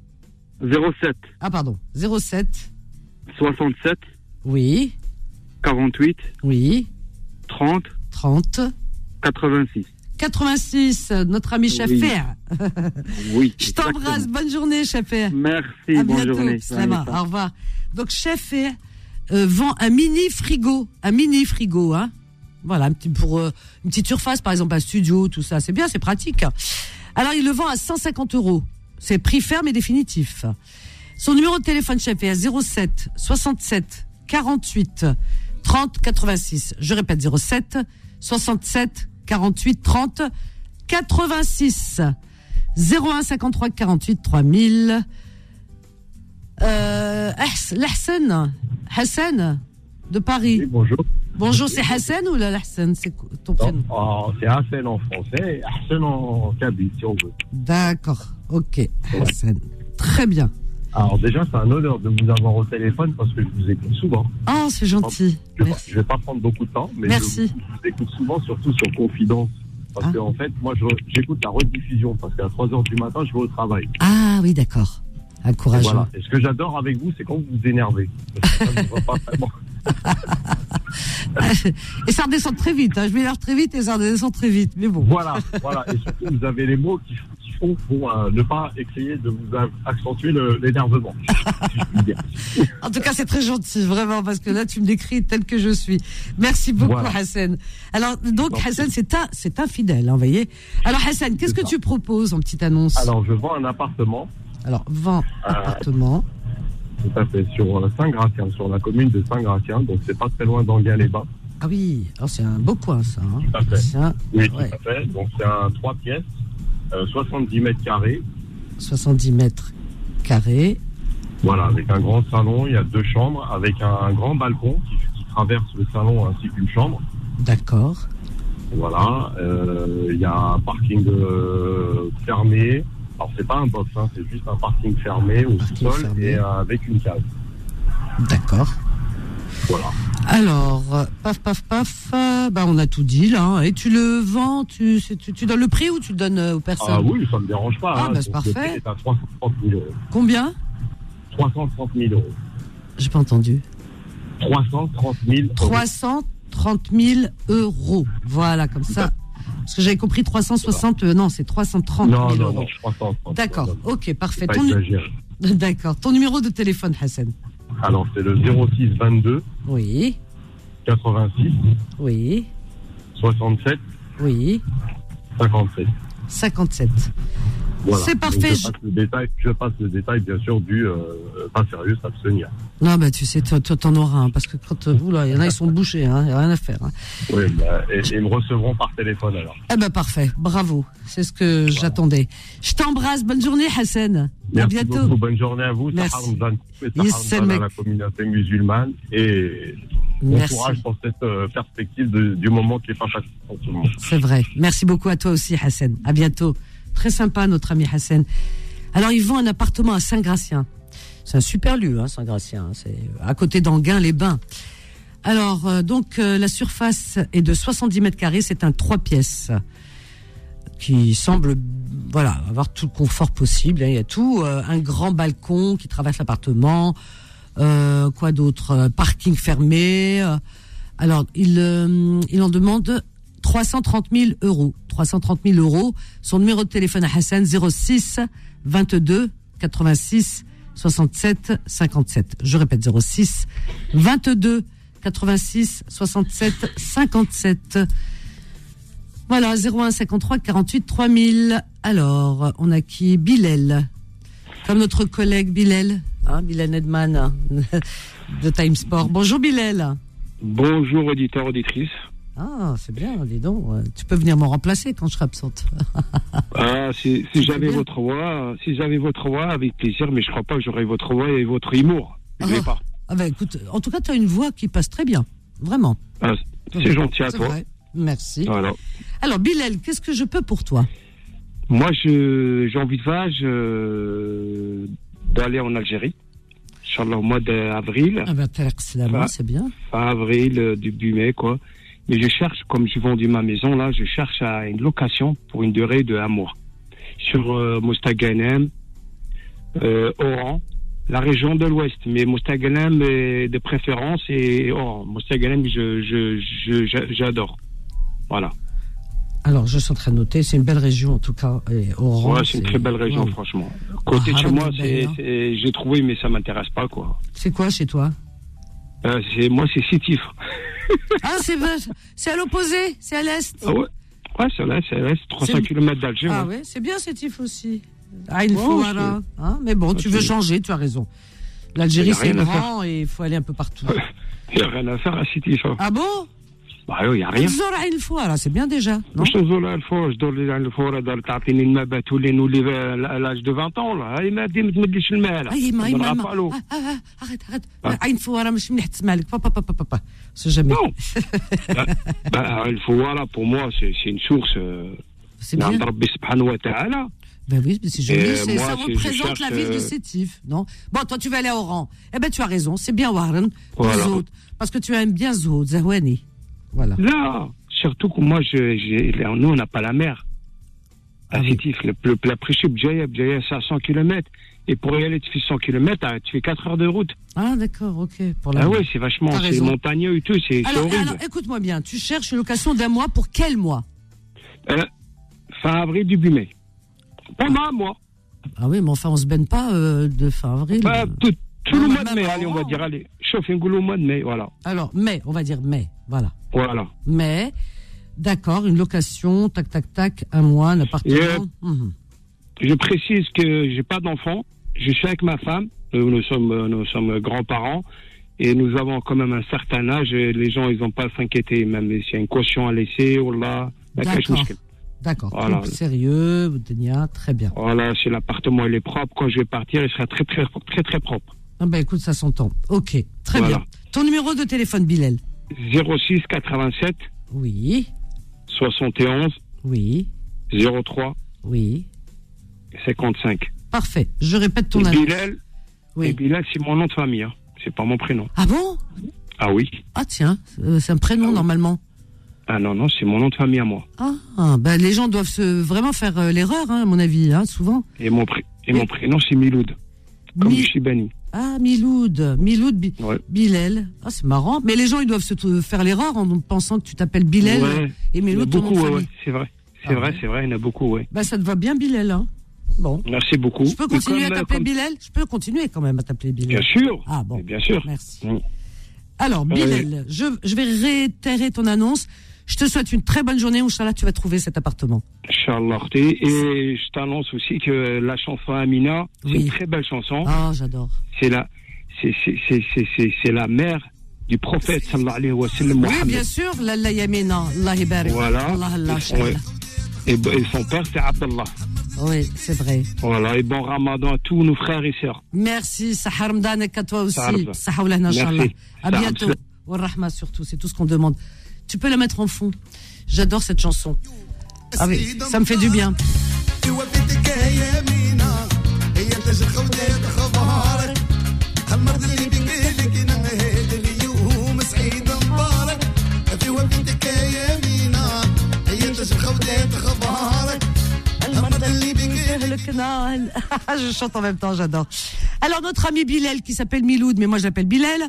Speaker 8: 07
Speaker 2: Ah, pardon. 07,
Speaker 8: 67
Speaker 2: oui,
Speaker 8: 48
Speaker 2: oui,
Speaker 8: 30
Speaker 2: 30,
Speaker 8: 86.
Speaker 2: 86, notre ami
Speaker 8: Oui,
Speaker 2: Chafer.
Speaker 8: Oui.
Speaker 2: Je t'embrasse,
Speaker 8: exactement.
Speaker 2: bonne journée, Chafer.
Speaker 8: Merci.
Speaker 2: à
Speaker 8: bonne
Speaker 2: bientôt,
Speaker 8: journée.
Speaker 2: Slama.
Speaker 8: Vanessa.
Speaker 2: Au revoir. Donc, Chafer euh, vend un mini frigo. Un mini frigo, hein. Voilà, un petit, pour euh, une petite surface, par exemple, un studio, tout ça. C'est bien, c'est pratique. Alors, il le vend à 150 euros. C'est prix ferme et définitif. Son numéro de téléphone chef est à 07 67 48 30 86. Je répète, 07 67 48 30 86. 01 53 48 3000. Euh, Hass- Hassan, Hassan de Paris.
Speaker 9: bonjour.
Speaker 2: Bonjour, c'est Hassan ou la Hassan C'est quoi ton prénom
Speaker 9: Ah, c'est Hassan en français, Hassan en kabyle, si on veut.
Speaker 2: D'accord, ok. Hassan. Très bien.
Speaker 9: Alors déjà, c'est un honneur de vous avoir au téléphone parce que je vous écoute souvent.
Speaker 2: Ah, c'est gentil.
Speaker 9: Je ne vais pas prendre beaucoup de temps, mais
Speaker 2: Merci. Ah.
Speaker 9: je vous écoute souvent, surtout sur Confidence. Parce que en fait, moi, je re- j'écoute la rediffusion parce qu'à 3h du matin, je vais au travail.
Speaker 2: Ah oui, d'accord. Un
Speaker 9: Et
Speaker 2: courageux.
Speaker 9: voilà. Et ce que j'adore avec vous, c'est quand vous vous énervez.
Speaker 2: et ça redescend très vite. hein. Je m'énerve très vite et ça redescend très vite. Mais bon.
Speaker 9: Voilà, voilà. Et surtout, vous avez les mots qui, qui font pour euh, ne pas essayer de vous a- accentuer le- l'énervement.
Speaker 2: En tout cas, c'est très gentil, vraiment, parce que là, tu me décris tel que je suis. Merci beaucoup,
Speaker 9: Voilà.
Speaker 2: Hassan. Alors, donc,
Speaker 9: Merci.
Speaker 2: Hassan, c'est un, c'est un fidèle, hein, vous voyez. Alors, Hassan, qu'est-ce que tu proposes en petite annonce
Speaker 9: Alors, je Euh, vends un appartement.
Speaker 2: Alors, vend appartement.
Speaker 9: Tout à fait, sur euh, Saint-Gratien, sur la commune de Saint-Gratien, donc c'est pas très loin d'Anguin-les-Bains.
Speaker 2: Ah oui, alors c'est un beau coin, ça. hein.
Speaker 9: Tout à fait.
Speaker 2: C'est un-
Speaker 9: Oui,
Speaker 2: ouais,
Speaker 9: tout à fait. Donc c'est un 3 pièces, euh, 70 mètres carrés,
Speaker 2: 70 mètres carrés.
Speaker 9: voilà, avec un grand salon, il y a deux chambres, avec un, un grand balcon qui, qui traverse le salon ainsi qu'une chambre.
Speaker 2: D'accord.
Speaker 9: Voilà, euh, il y a un parking euh, fermé. Alors c'est pas un box, hein, c'est juste un parking fermé au sol et euh, avec une cave.
Speaker 2: D'accord.
Speaker 9: Voilà.
Speaker 2: Alors, euh, paf, paf, paf, euh, bah, on a tout dit, là. hein. Et tu le vends, tu, c'est- tu, tu donnes le prix ou tu le donnes euh, aux personnes
Speaker 9: Ah oui, ça me dérange pas.
Speaker 2: Ah,
Speaker 9: hein.
Speaker 2: bah, c'est
Speaker 9: Donc, le prix
Speaker 2: parfait.
Speaker 9: est à 330 000 euros.
Speaker 2: Combien
Speaker 9: 330 000 euros.
Speaker 2: J'ai pas entendu.
Speaker 9: 330 000 euros.
Speaker 2: 330 000 euros. Voilà, comme ça. Parce que j'avais compris 360, euh, non, c'est 330 000
Speaker 9: Non, non,
Speaker 2: euros.
Speaker 9: non, 330
Speaker 2: D'accord, ok, parfait.
Speaker 9: Pas
Speaker 2: Ton nu-
Speaker 9: exagéré.
Speaker 2: D'accord. Ton numéro de téléphone, Hassan
Speaker 9: Alors, c'est le 06 22
Speaker 2: Oui,
Speaker 9: 86
Speaker 2: oui,
Speaker 9: 67
Speaker 2: oui.
Speaker 9: 57.
Speaker 2: 57.
Speaker 9: Voilà.
Speaker 2: C'est
Speaker 9: Donc,
Speaker 2: parfait.
Speaker 9: je, passe le détail, je passe le détail, bien sûr, du euh, pas sérieux, s'abstenir.
Speaker 2: Non, bah, tu sais, toi, toi, t'en auras, hein, parce que quand. euh, Oula, il y en a, ils sont bouchés, hein, il y a rien à faire. hein.
Speaker 9: Oui, bah, et, et ils me recevront par téléphone alors.
Speaker 2: Eh ben, parfait, bravo. C'est ce que j'attendais. Je t'embrasse, bonne journée, Hassan. à
Speaker 9: Merci
Speaker 2: bientôt.
Speaker 9: beaucoup. Bonne journée à vous.
Speaker 2: Merci.
Speaker 9: Sahar Mzan, et
Speaker 2: Yes,
Speaker 9: Sahar
Speaker 2: c'est
Speaker 9: Mzan
Speaker 2: mec.
Speaker 9: à la communauté musulmane et bon
Speaker 2: Merci.
Speaker 9: courage pour cette euh, perspective de- du moment qui est pas facile pour tout le monde.
Speaker 2: C'est vrai. Merci beaucoup à toi aussi, Hassan. À bientôt. Très sympa, notre ami Hassan. Alors, ils vend un appartement à Saint-Gratien. C'est un super lieu, hein, Saint-Gratien. hein. C'est à côté d'Anguin-les-Bains. Alors, euh, donc, euh, la surface est de 70 mètres carrés. C'est un trois pièces qui semble voilà avoir tout le confort possible. hein. Il y a tout, euh, un grand balcon qui traverse l'appartement, euh, quoi d'autre, Euh, parking fermé. euh. alors il euh, il en demande 330 000 euros. 330 000 euros. Son numéro de téléphone à Hassan 06 22 86 67 57. Je répète 06 22 86 67 57. Voilà, 01 53 48 3000. Alors, on a qui Bilal. Comme notre collègue Bilal, hein, Bilal Edman hein, de Time Sport. Bonjour Bilal.
Speaker 10: Bonjour auditeur, auditrice.
Speaker 2: Ah, c'est bien, dis donc. ouais. Tu peux venir me remplacer quand je serai absente.
Speaker 10: Ah, si, si j'avais votre voix, euh, si j'avais votre voix, avec plaisir, mais je crois pas que j'aurais votre voix et votre humour. Je l'ai pas.
Speaker 2: Ah ben écoute, en tout cas, tu as une voix qui passe très bien. Vraiment.
Speaker 10: Ah, c'est gentil à
Speaker 2: C'est
Speaker 10: toi.
Speaker 2: vrai. Merci.
Speaker 10: Voilà. Ah.
Speaker 2: Alors Bilal, qu'est-ce que je peux pour toi
Speaker 10: Moi, je, j'envisage euh, d'aller en Algérie. Inch'Allah, au mois d'avril.
Speaker 2: Ah ben, Tarek Slama,
Speaker 10: Bah.
Speaker 2: c'est bien.
Speaker 10: fin avril, euh, début mai, quoi. Mais je cherche, comme j'ai vendu ma maison, là, je cherche à une location pour une durée de un mois. Sur euh, Mostaganem, euh, Oran, la région de l'Ouest. Mais Mostaganem, est de préférence, et Oran. Mostaganem, je, je, je- j'a- j'adore. Voilà.
Speaker 2: Alors, je suis en train de noter, c'est une belle région en tout cas. Et Oran,
Speaker 10: Ouais, c'est une très belle région,
Speaker 2: ouais.
Speaker 10: franchement. Côté de
Speaker 2: Ah,
Speaker 10: chez moi,
Speaker 2: Rabat de
Speaker 10: c'est,
Speaker 2: Bel, hein.
Speaker 10: c'est- j'ai trouvé, mais ça m'intéresse pas, quoi.
Speaker 2: C'est quoi chez toi
Speaker 10: Euh, c'est, moi, c'est Sétif.
Speaker 2: Ah, c'est vache. C'est à l'opposé, c'est à l'est.
Speaker 10: Ah ouais. Ouais, c'est là, c'est là, c'est 300
Speaker 2: C'est-
Speaker 10: km d'Alger. hein.
Speaker 2: Ah
Speaker 10: ouais.
Speaker 2: ouais, c'est bien cet if aussi. Ah, il
Speaker 10: Ouais,
Speaker 2: faut,
Speaker 10: ouais,
Speaker 2: voilà. Hein, mais bon, tu veux
Speaker 10: c'est-
Speaker 2: changer, tu as raison. L'Algérie,
Speaker 10: Y a
Speaker 2: c'est
Speaker 10: rien à
Speaker 2: grand et il faut aller un peu partout.
Speaker 10: Il n'y a rien à faire à Sétif. hein.
Speaker 2: Ah bon
Speaker 10: Bah oui, il n'y a rien.
Speaker 2: Zorra une fois, là, c'est bien déjà. Non
Speaker 10: مش نزول على الفور جدور لي على الفور هذا تعطيني الماء تولي نولي لاج دو 20 طون هاي ما دي ما تمدليش الماء لا
Speaker 2: Aïe, Ah, ma, aïe, ma, ma.
Speaker 10: نعرفالو.
Speaker 2: Ah, ah, ah, arrête, arrête. Ah, une fois, là, je me pas mal. Papa, papa, papa. C'est jamais.
Speaker 10: Non. Ben, Bah, الفوارة pour moi c'est c'est une source euh,
Speaker 2: C'est
Speaker 10: من
Speaker 2: bien.
Speaker 10: عند ربي سبحانه وتعالى
Speaker 2: Ben oui, mais c'est joli.
Speaker 10: Et
Speaker 2: c'est-
Speaker 10: moi,
Speaker 2: ça
Speaker 10: je- je
Speaker 2: représente la
Speaker 10: cherche,
Speaker 2: ville de
Speaker 10: euh,
Speaker 2: Sétif, non Bon, toi, tu vas aller à Oran. Eh ben, tu as raison. C'est bien Warren.
Speaker 10: Voilà.
Speaker 2: Zout. Parce que tu aimes bien Zout, Zahouani. Voilà.
Speaker 10: Là, surtout que moi, je, j'ai- nous, on n'a pas la mer.
Speaker 2: Ah
Speaker 10: À Sétif, le, le, la Préchip, Djaïa, Djaïa, c'est à 100 km. Et pour y aller, tu fais 100 km, tu fais 4 heures de route.
Speaker 2: Ah, d'accord, ok. Pour la
Speaker 10: Ah ouais, c'est vachement,
Speaker 2: T'as
Speaker 10: c'est
Speaker 2: raison.
Speaker 10: montagneux et tout, c'est c'est
Speaker 2: Alors,
Speaker 10: horrible.
Speaker 2: alors, écoute-moi bien. Tu cherches une location d'un mois pour quel mois
Speaker 10: Euh, fin avril, début mai. Pendant un mois.
Speaker 2: Ah oui, mais enfin, on se baigne pas euh, de fin avril.
Speaker 10: Bah, tout tout
Speaker 2: Non,
Speaker 10: le
Speaker 2: mais
Speaker 10: mois de mai, allez, on va dire, allez, chauffe un goulot au mois de mai, voilà.
Speaker 2: Alors, mai, on va dire mai. Voilà.
Speaker 10: Voilà.
Speaker 2: Mai. D'accord, une location, tac, tac, tac, un mois, un appartement.
Speaker 10: Et, euh,
Speaker 2: Mhm.
Speaker 10: Je précise que j'ai pas d'enfant. Je suis avec ma femme. euh, Nous, nous sommes, nous sommes grands-parents et nous avons quand même un certain âge. Et les gens, ils n'ont pas à s'inquiéter, même s'il y a une caution à laisser ou là. la
Speaker 2: D'accord.
Speaker 10: cache mousquette.
Speaker 2: D'accord,
Speaker 10: Voilà.
Speaker 2: couple sérieux, Boudénia, très bien.
Speaker 10: Voilà, si l'appartement il est propre, quand je vais partir, il sera très très très très propre.
Speaker 2: Ah ben écoute, ça s'entend. Ok, très
Speaker 10: Voilà.
Speaker 2: bien. Ton numéro de téléphone, Bilal
Speaker 10: 06 87
Speaker 2: Oui.
Speaker 10: 71
Speaker 2: Oui.
Speaker 10: 03
Speaker 2: Oui.
Speaker 10: 55.
Speaker 2: Parfait. Je répète ton
Speaker 10: Et
Speaker 2: annonce.
Speaker 10: Bilal, et Bilal, c'est mon nom de famille, hein. c'est pas mon prénom.
Speaker 2: Ah bon
Speaker 10: Ah oui
Speaker 2: Ah tiens, euh, c'est un prénom normalement.
Speaker 10: Ah non, non, c'est mon nom de famille à moi.
Speaker 2: Ah, ben les gens doivent se vraiment faire euh, l'erreur, hein, à mon avis, hein, souvent.
Speaker 10: Et mon, pré- et mon prénom, c'est Miloud. Comme
Speaker 2: Mi-
Speaker 10: je suis banni.
Speaker 2: Ah, Miloud, Miloud Bi-
Speaker 10: Ouais.
Speaker 2: Bilal. Ah, c'est marrant. Mais les gens, ils doivent se t- faire l'erreur hein, en pensant que tu t'appelles Bilal
Speaker 10: Ouais.
Speaker 2: et
Speaker 10: Il y en a
Speaker 2: Miloud, ton nom
Speaker 10: beaucoup,
Speaker 2: de
Speaker 10: ouais,
Speaker 2: famille. Ah
Speaker 10: ouais, c'est vrai. C'est vrai, c'est vrai, il y en a beaucoup, ouais.
Speaker 2: Ben, ça te va bien, Bilal. Hein. Bon.
Speaker 10: Merci beaucoup.
Speaker 2: Je peux continuer
Speaker 10: Et
Speaker 2: à
Speaker 10: comme,
Speaker 2: t'appeler
Speaker 10: euh, comme-
Speaker 2: Bilal Je peux continuer quand même à t'appeler Bilal.
Speaker 10: Bien sûr.
Speaker 2: Ah bon.
Speaker 10: Mais Bien sûr.
Speaker 2: Merci.
Speaker 10: Mm.
Speaker 2: Alors,
Speaker 10: Ah
Speaker 2: Bilal, je, je vais réitérer ton annonce. Je te souhaite une très bonne journée. Inch'Allah, tu vas trouver cet appartement.
Speaker 10: Inch'Allah. Et et je t'annonce aussi que la chanson Amina, c'est
Speaker 2: Oui.
Speaker 10: une très belle chanson.
Speaker 2: Ah, j'adore.
Speaker 10: C'est la, c'est, c'est, c'est, c'est, c'est- c'est la mère du prophète, sallallahu alayhi wa sallam,
Speaker 2: Oui,
Speaker 10: Mohammed.
Speaker 2: bien sûr. La la yamina. Allah ibarak.
Speaker 10: Voilà.
Speaker 2: Allah, Allah,
Speaker 10: Et son-
Speaker 2: Inch'Allah.
Speaker 10: et, et son père, c'est Abdallah.
Speaker 2: Oui, c'est vrai.
Speaker 10: Voilà. Et bon ramadan à tous nos frères et sœurs.
Speaker 2: Merci. Sahar Mdanek à toi aussi.
Speaker 10: Sahar Mdanek.
Speaker 2: Sahar Oulana,
Speaker 10: Merci.
Speaker 2: Inch'Allah. À
Speaker 10: Sahar
Speaker 2: bientôt.
Speaker 10: Mdanek.
Speaker 2: Wa rahma surtout. C'est tout ce qu'on demande. Tu peux la mettre en fond. J'adore cette chanson. Ah oui, ça me fait du bien.
Speaker 5: ايوا بيدك يا مينا هي تجرخ وديت اخبارك هالمرض اللي بقلك نهيت اليوم سعيد مبارك ايوا بيدك يا مينا هي تجرخ وديت اخبارك هالمرض اللي بقلك
Speaker 2: Je chante en même temps, j'adore. Alors, notre ami Bilal, qui s'appelle Miloud, mais moi je l'appelle Bilal,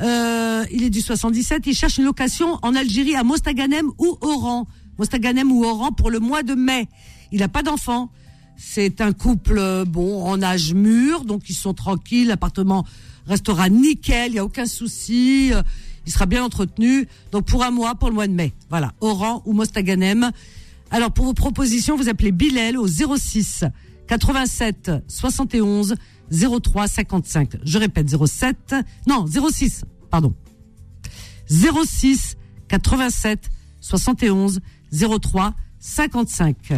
Speaker 2: euh, il est du 77, il cherche une location en Algérie à Mostaganem ou Oran. Mostaganem ou Oran pour le mois de mai. Il n'a pas d'enfant. C'est un couple, euh, bon, en âge mûr, donc ils sont tranquilles, l'appartement restera nickel, il n'y a aucun souci, euh, il sera bien entretenu. Donc pour un mois, pour le mois de mai. Voilà, Oran ou Mostaganem. Alors pour vos propositions, vous appelez Bilal au 06 87 71 03 55. Je répète 07 non 06 pardon 06 87 71 03 55.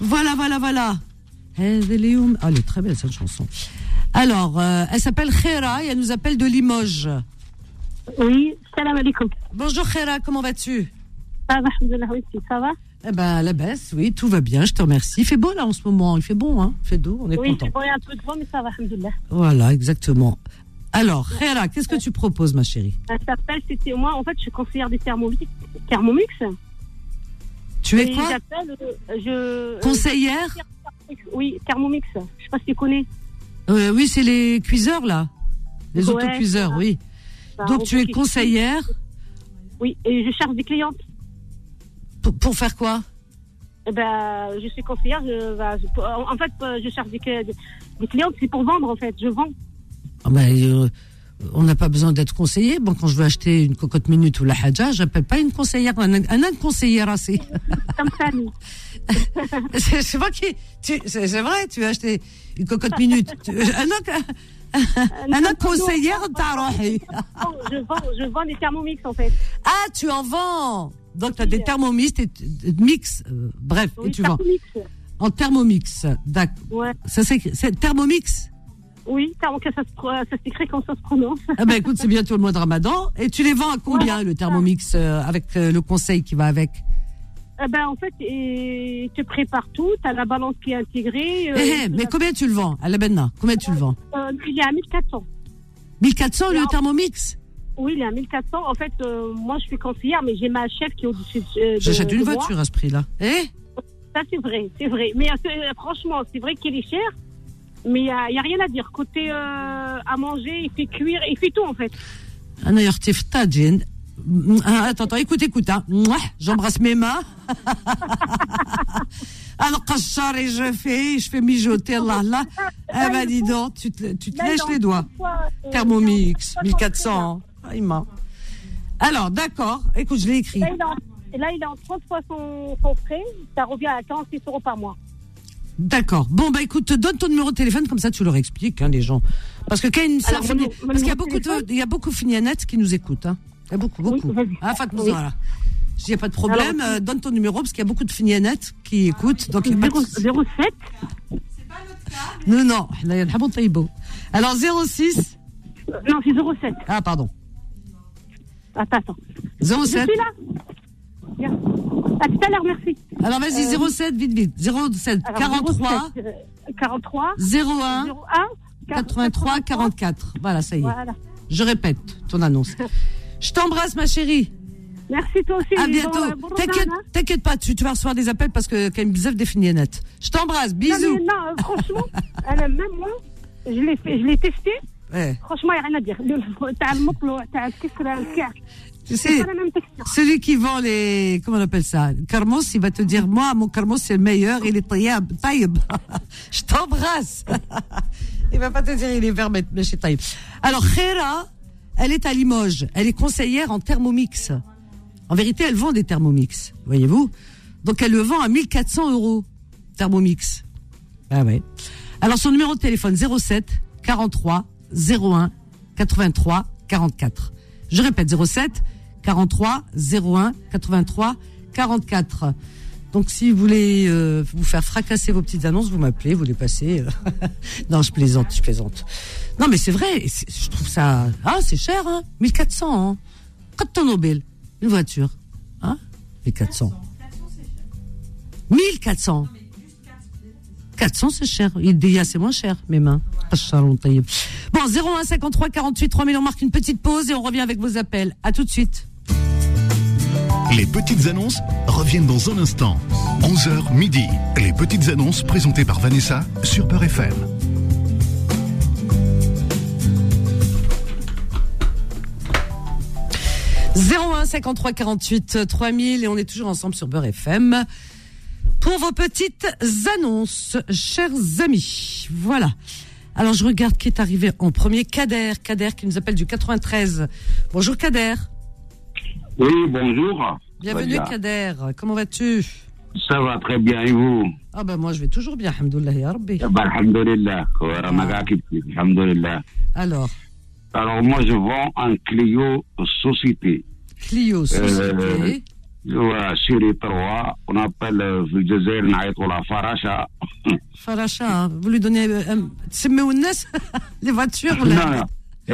Speaker 2: Voilà voilà voilà. هذا اليوم- Ah, elle est très belle cette chanson. Alors, euh, elle s'appelle Khéra et elle nous appelle de Limoges.
Speaker 11: Oui, salam alaikum.
Speaker 2: Bonjour Khéra, comment vas-tu
Speaker 11: Ça va, Alhamdoulilah, oui, si, ça va
Speaker 2: Eh ben, la baisse, oui, tout va bien, je te remercie. Il fait beau là en ce moment, il fait bon, hein Il fait doux, on est
Speaker 11: Oui,
Speaker 2: content.
Speaker 11: c'est bon, il y a un peu de vent, mais ça va, Alhamdoulilah.
Speaker 2: Voilà, exactement. Alors, Khéra, qu'est-ce que tu proposes, ma chérie
Speaker 11: Ça s'appelle, c'était moi, en fait, je suis conseillère des Thermomix. Thermomix.
Speaker 2: Tu es
Speaker 11: Et
Speaker 2: quoi
Speaker 11: j'appelle, euh, je,
Speaker 2: Conseillère
Speaker 11: euh, Oui, Thermomix. Je sais pas si tu connais.
Speaker 2: Euh, Oui, c'est les cuiseurs, là. Les
Speaker 11: Ouais, Bah,
Speaker 2: autocuiseurs, oui.
Speaker 11: C'est un
Speaker 2: Donc, tu
Speaker 11: robot
Speaker 2: es
Speaker 11: qui-
Speaker 2: conseillère
Speaker 11: Oui, et je cherche des clientes.
Speaker 2: pour, pour faire quoi
Speaker 11: Eh ben, je suis conseillère. Je, bah, je- en fait, euh, je cherche des, des, des clientes. C'est pour vendre, en fait. Je vends.
Speaker 2: Ah ben, euh, On n'a pas besoin d'être conseiller. Bon, quand je veux acheter une cocotte minute ou la haja, j'appelle pas une conseillère, un, un, un conseillère assez.
Speaker 11: Comme ça, nous.
Speaker 2: C'est c'est moi qui. tu- C'est c'est vrai, tu as acheté une cocotte minute. Tu- Un autre- un autre conseillère, t'as rohi.
Speaker 11: euh, je, vends, je vends des Thermomix, en fait.
Speaker 2: Ah, tu en vends Donc, tu as des thermomix, et t- mix, euh, bref, et
Speaker 11: Oui,
Speaker 2: tu vends.
Speaker 11: Thermomix.
Speaker 2: En thermomix, d'accord.
Speaker 11: Ouais.
Speaker 2: Ça, c'est c'est thermomix
Speaker 11: Oui, Thermomix, ça, se pro- ça s'écrit comme ça se prononce.
Speaker 2: Ah ben écoute, c'est bientôt le mois de ramadan. Et tu les vends à combien, le thermomix, euh, avec euh, le conseil qui va avec
Speaker 11: Eh ben, en fait, ils te préparent tout. T'as la balance qui est intégrée. euh,
Speaker 2: Eh, eh, mais combien tu le vends à la Benna Combien tu le vends
Speaker 11: euh, il est à 1400.
Speaker 2: 1400 le Thermomix
Speaker 11: Oui, il est à 1400. En fait, euh, moi, je suis conseillère, mais j'ai ma chef qui est au-dessus de, euh, de-
Speaker 2: J'achète une
Speaker 11: de moi.
Speaker 2: voiture à ce prix-là. Eh
Speaker 11: Ça, c'est vrai, c'est vrai. Mais euh, franchement, c'est vrai qu'il est cher, mais il n'y a, y a rien à dire. Côté euh, à manger, il fait cuire, il fait tout, en fait.
Speaker 2: انا يا اختي في الطاجين م- آه، Mm, ah, attends, attends, écoute, écoute, hein. Mouah, j'embrasse mes mains. Alors, quand je sors et je fais, je fais mijoter, là, là. Eh ben, dis donc, tu te, tu te
Speaker 11: Là,
Speaker 2: lèches
Speaker 11: dans
Speaker 2: les doigts.
Speaker 11: une fois, Bah, euh,
Speaker 2: Thermomix,
Speaker 11: il est en
Speaker 2: 1400. Ah, il m'a. Alors, d'accord, écoute, je l'ai écrit.
Speaker 11: Là, il est en, là, il est en 30 fois son, son frais. Ça revient à 46 euros par mois.
Speaker 2: D'accord. Bon, bah écoute, donne ton numéro de téléphone, comme ça tu leur expliques, hein, les gens. Parce que quand ils savent-
Speaker 11: mon nom- mon
Speaker 2: parce qu'il y a
Speaker 11: numéro de
Speaker 2: beaucoup de, il y a beaucoup de Finianettes qui nous écoutent, hein. Il y a beaucoup, beaucoup. ah, Fatma
Speaker 11: Oui.
Speaker 2: Zahra. Il n'y a pas de problème,
Speaker 11: Alors,
Speaker 2: euh, donne ton numéro, parce qu'il y a beaucoup de Finianettes qui écoutent, donc il y a pas de souci.
Speaker 11: 07
Speaker 2: Non, non, là, il y a le Hamon Taïbo. Alors 06
Speaker 11: Euh, Non, c'est 07.
Speaker 2: Ah, pardon.
Speaker 11: Attends, attends.
Speaker 2: 07
Speaker 11: Je suis là. Bien. À tout à l'heure, merci.
Speaker 2: Alors vas-y,
Speaker 11: Euh,
Speaker 2: 07, vite, vite. 07
Speaker 11: alors,
Speaker 2: 43
Speaker 11: 07, euh, 43
Speaker 2: 01 83 44. Voilà, ça y est.
Speaker 11: Voilà.
Speaker 2: Je répète ton annonce. Je t'embrasse, ma chérie.
Speaker 11: Merci, toi aussi.
Speaker 2: À
Speaker 11: Bon,
Speaker 2: bientôt.
Speaker 11: euh, bon
Speaker 2: T'inquiète-
Speaker 11: Ramadan, hein.
Speaker 2: T'inquiète pas, tu, tu vas recevoir des appels parce que quand même, Bizef définit net. Je t'embrasse,
Speaker 11: Non,
Speaker 2: bisous.
Speaker 11: mais non, euh, franchement, elle, a- même moi, je l'ai fait, je l'ai testé.
Speaker 2: Ouais.
Speaker 11: Franchement, il n'y a rien à dire. Le- T'as le moucle, t'as le kisra, le kiak.
Speaker 2: Tu
Speaker 11: C'est
Speaker 2: sais,
Speaker 11: pas la même texture.
Speaker 2: celui qui vend les. Comment on appelle ça Carmos, il va te dire Moi, mon Carmos, c'est le meilleur, il est taillable. taillable. Je t'embrasse. il va pas te dire Il est vert, mais mais c'est taillable. Alors, Khéra, elle est à Limoges. Elle est conseillère en Thermomix. En vérité, elle vend des Thermomix, voyez-vous Donc, elle le vend à 1400 euros, Thermomix. Ah ouais. Alors son numéro de téléphone 07 43 01 83 44. Je répète 07 43 01 83 44. Donc si vous voulez euh, vous faire fracasser vos petites annonces, vous m'appelez, vous les passez. euh. non, je plaisante, je plaisante. Non mais c'est vrai, et c'est- je trouve ça ah c'est cher hein, 1400 hein. Quand ton Nobel, une voiture, hein 1400. 1400. 400 c'est cher. Il dit, ah, c'est moins cher, mes mains. Achalon taïeb. Bon, 01 53 48 3000, on marque une petite pause et on revient avec vos appels. À tout de suite.
Speaker 1: Les petites annonces reviennent dans un instant. 11h midi. Les petites annonces présentées par Vanessa sur Peur FM.
Speaker 2: Euh, 01 53 48 3000 et on est toujours ensemble sur Beurre FM pour vos petites annonces, chers amis. Voilà. Alors je regarde qui est arrivé en premier. Kader, Kader qui nous appelle du 93. Bonjour Kader.
Speaker 12: Oui, bonjour.
Speaker 2: Bienvenue
Speaker 12: Nadia.
Speaker 2: Kader. Comment vas-tu
Speaker 12: Ça va très bien, et vous
Speaker 2: Ah ben moi je vais toujours bien, alhamdoulilah ya Rabbi.
Speaker 12: Eh ben, Alhamdoulilah.
Speaker 2: Ah.
Speaker 12: Ouais, Ramadan qui prie, Alhamdoulilah.
Speaker 2: Alors,
Speaker 12: Alors, moi, je vends un Clio Société.
Speaker 2: Clio Société.
Speaker 12: Euh, ouais, sur les trois, on appelle euh, في الجزائر نعيطوا لها فراشة.
Speaker 2: Faracha, hein. vous lui donnez euh, un- تسميو الناس les voitures
Speaker 12: Non,
Speaker 2: Oh là.
Speaker 12: non.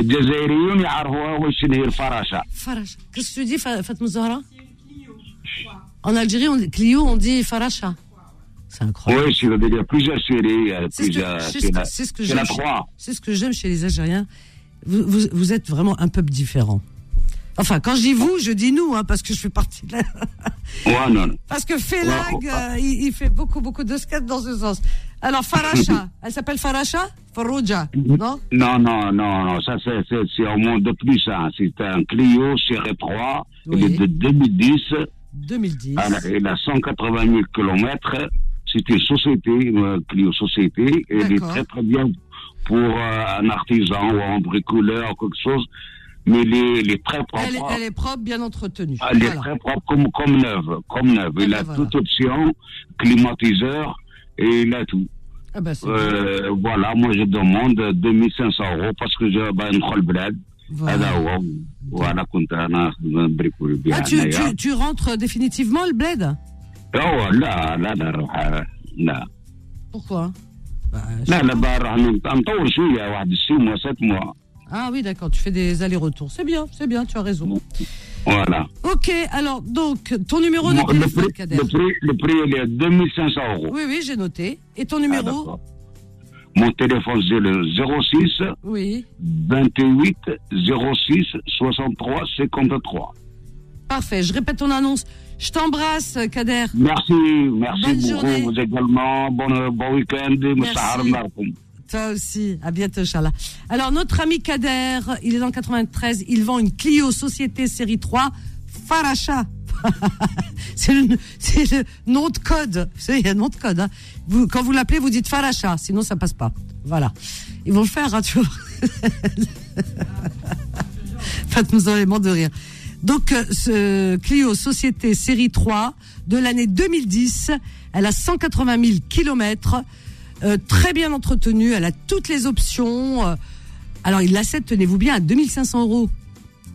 Speaker 12: الجزائريون يعرفوها واش هي الفراشة.
Speaker 2: Faracha. Qu'est-ce que tu dis Fa- Fatma Zahra En Algérie, on dit Clio, on dit Faracha.
Speaker 12: Oui, c'est- il y a plusieurs séries, euh,
Speaker 2: C'est ce que,
Speaker 12: plusieurs-
Speaker 2: c'est ce
Speaker 12: c'est
Speaker 2: que-
Speaker 12: la-
Speaker 2: c'est ce que
Speaker 12: c'est la
Speaker 2: j'aime. chez-
Speaker 12: trois.
Speaker 2: C'est ce que j'aime chez les Algériens. Vous, vous, vous êtes vraiment un peuple différent. Enfin, quand je dis vous, je dis nous, hein, parce que je fais partie de la...
Speaker 12: Ouais, non, non.
Speaker 2: Parce que Félag, euh, il, il fait beaucoup, beaucoup de skate dans ce sens. Alors, Faracha, elle s'appelle Faracha Farouja,
Speaker 12: Mhm.
Speaker 2: non
Speaker 12: Non, non, non, non, ça c'est, c'est, c'est au moins de plus, hein. c'est un Clio série 3, il est de 2010,
Speaker 2: 2010.
Speaker 12: elle, a- Ah, elle a 180 000 km, c'est une société, une Clio Société, et elle est
Speaker 2: D'accord.
Speaker 12: très très bien pour euh, un artisan ou un bricoleur ou quelque chose, mais elle est, elle est très propre,
Speaker 2: Elle, est- elle est propre, bien entretenue.
Speaker 12: Elle est
Speaker 2: Voilà.
Speaker 12: très propre comme, comme neuve, comme neuve, il a
Speaker 2: ben
Speaker 12: toute option, climatiseur, et il a tout.
Speaker 2: Ah ben, c'est
Speaker 12: Euh, voilà, moi je demande 2500 euros parce que je ben ندخل بلاد
Speaker 2: Voilà.
Speaker 12: هذا هو وانا كنت انا بريكول بها
Speaker 2: Ah, tu,
Speaker 12: هنايا
Speaker 2: tu, tu rentres définitivement le bled
Speaker 12: هو لا لا لا نروح لا
Speaker 2: Pourquoi Ah,
Speaker 12: bah, لا لا بقى راح نطور شويه واحد الست موا ست موا
Speaker 2: Ah oui, d'accord, tu fais des allers-retours. C'est bien, c'est bien, tu as raison.
Speaker 12: Voilà.
Speaker 2: Ok, alors, donc, ton numéro de
Speaker 12: Bon, le,
Speaker 2: téléphone,
Speaker 12: prix,
Speaker 2: Kader.
Speaker 12: le, prix, le prix, Ah, il est à 2500 euros.
Speaker 2: Oui, oui, j'ai noté. Et ton numéro
Speaker 12: Mon téléphone, c'est le 06
Speaker 2: Oui.
Speaker 12: 28 06 63 53.
Speaker 2: Parfait, je répète ton annonce. Je t'embrasse, Kader.
Speaker 12: Merci, merci
Speaker 2: Bonne
Speaker 12: beaucoup.
Speaker 2: journée.
Speaker 12: Vous également. Bon, euh, bon week-end. et
Speaker 2: Merci.
Speaker 12: Moussahar Markoum.
Speaker 2: Toi aussi, à bientôt, Inch'Allah. Alors, notre ami Kader, il est dans le 93, il vend une Clio Société Série 3, Faracha. c'est le, c'est le nom de code. Vous savez, il y a un nom de code. hein. Vous, quand vous l'appelez, vous dites Faracha, sinon ça passe pas. Voilà. Ils vont le faire, hein, tu vois. Faites-nous en de rire. Donc, euh, ce Clio Société Série 3 de l'année 2010, elle a 180 000 kilomètres, euh, très bien entretenue, elle a toutes les options. euh, alors, il l'achète, tenez-vous bien, à 2500 euros.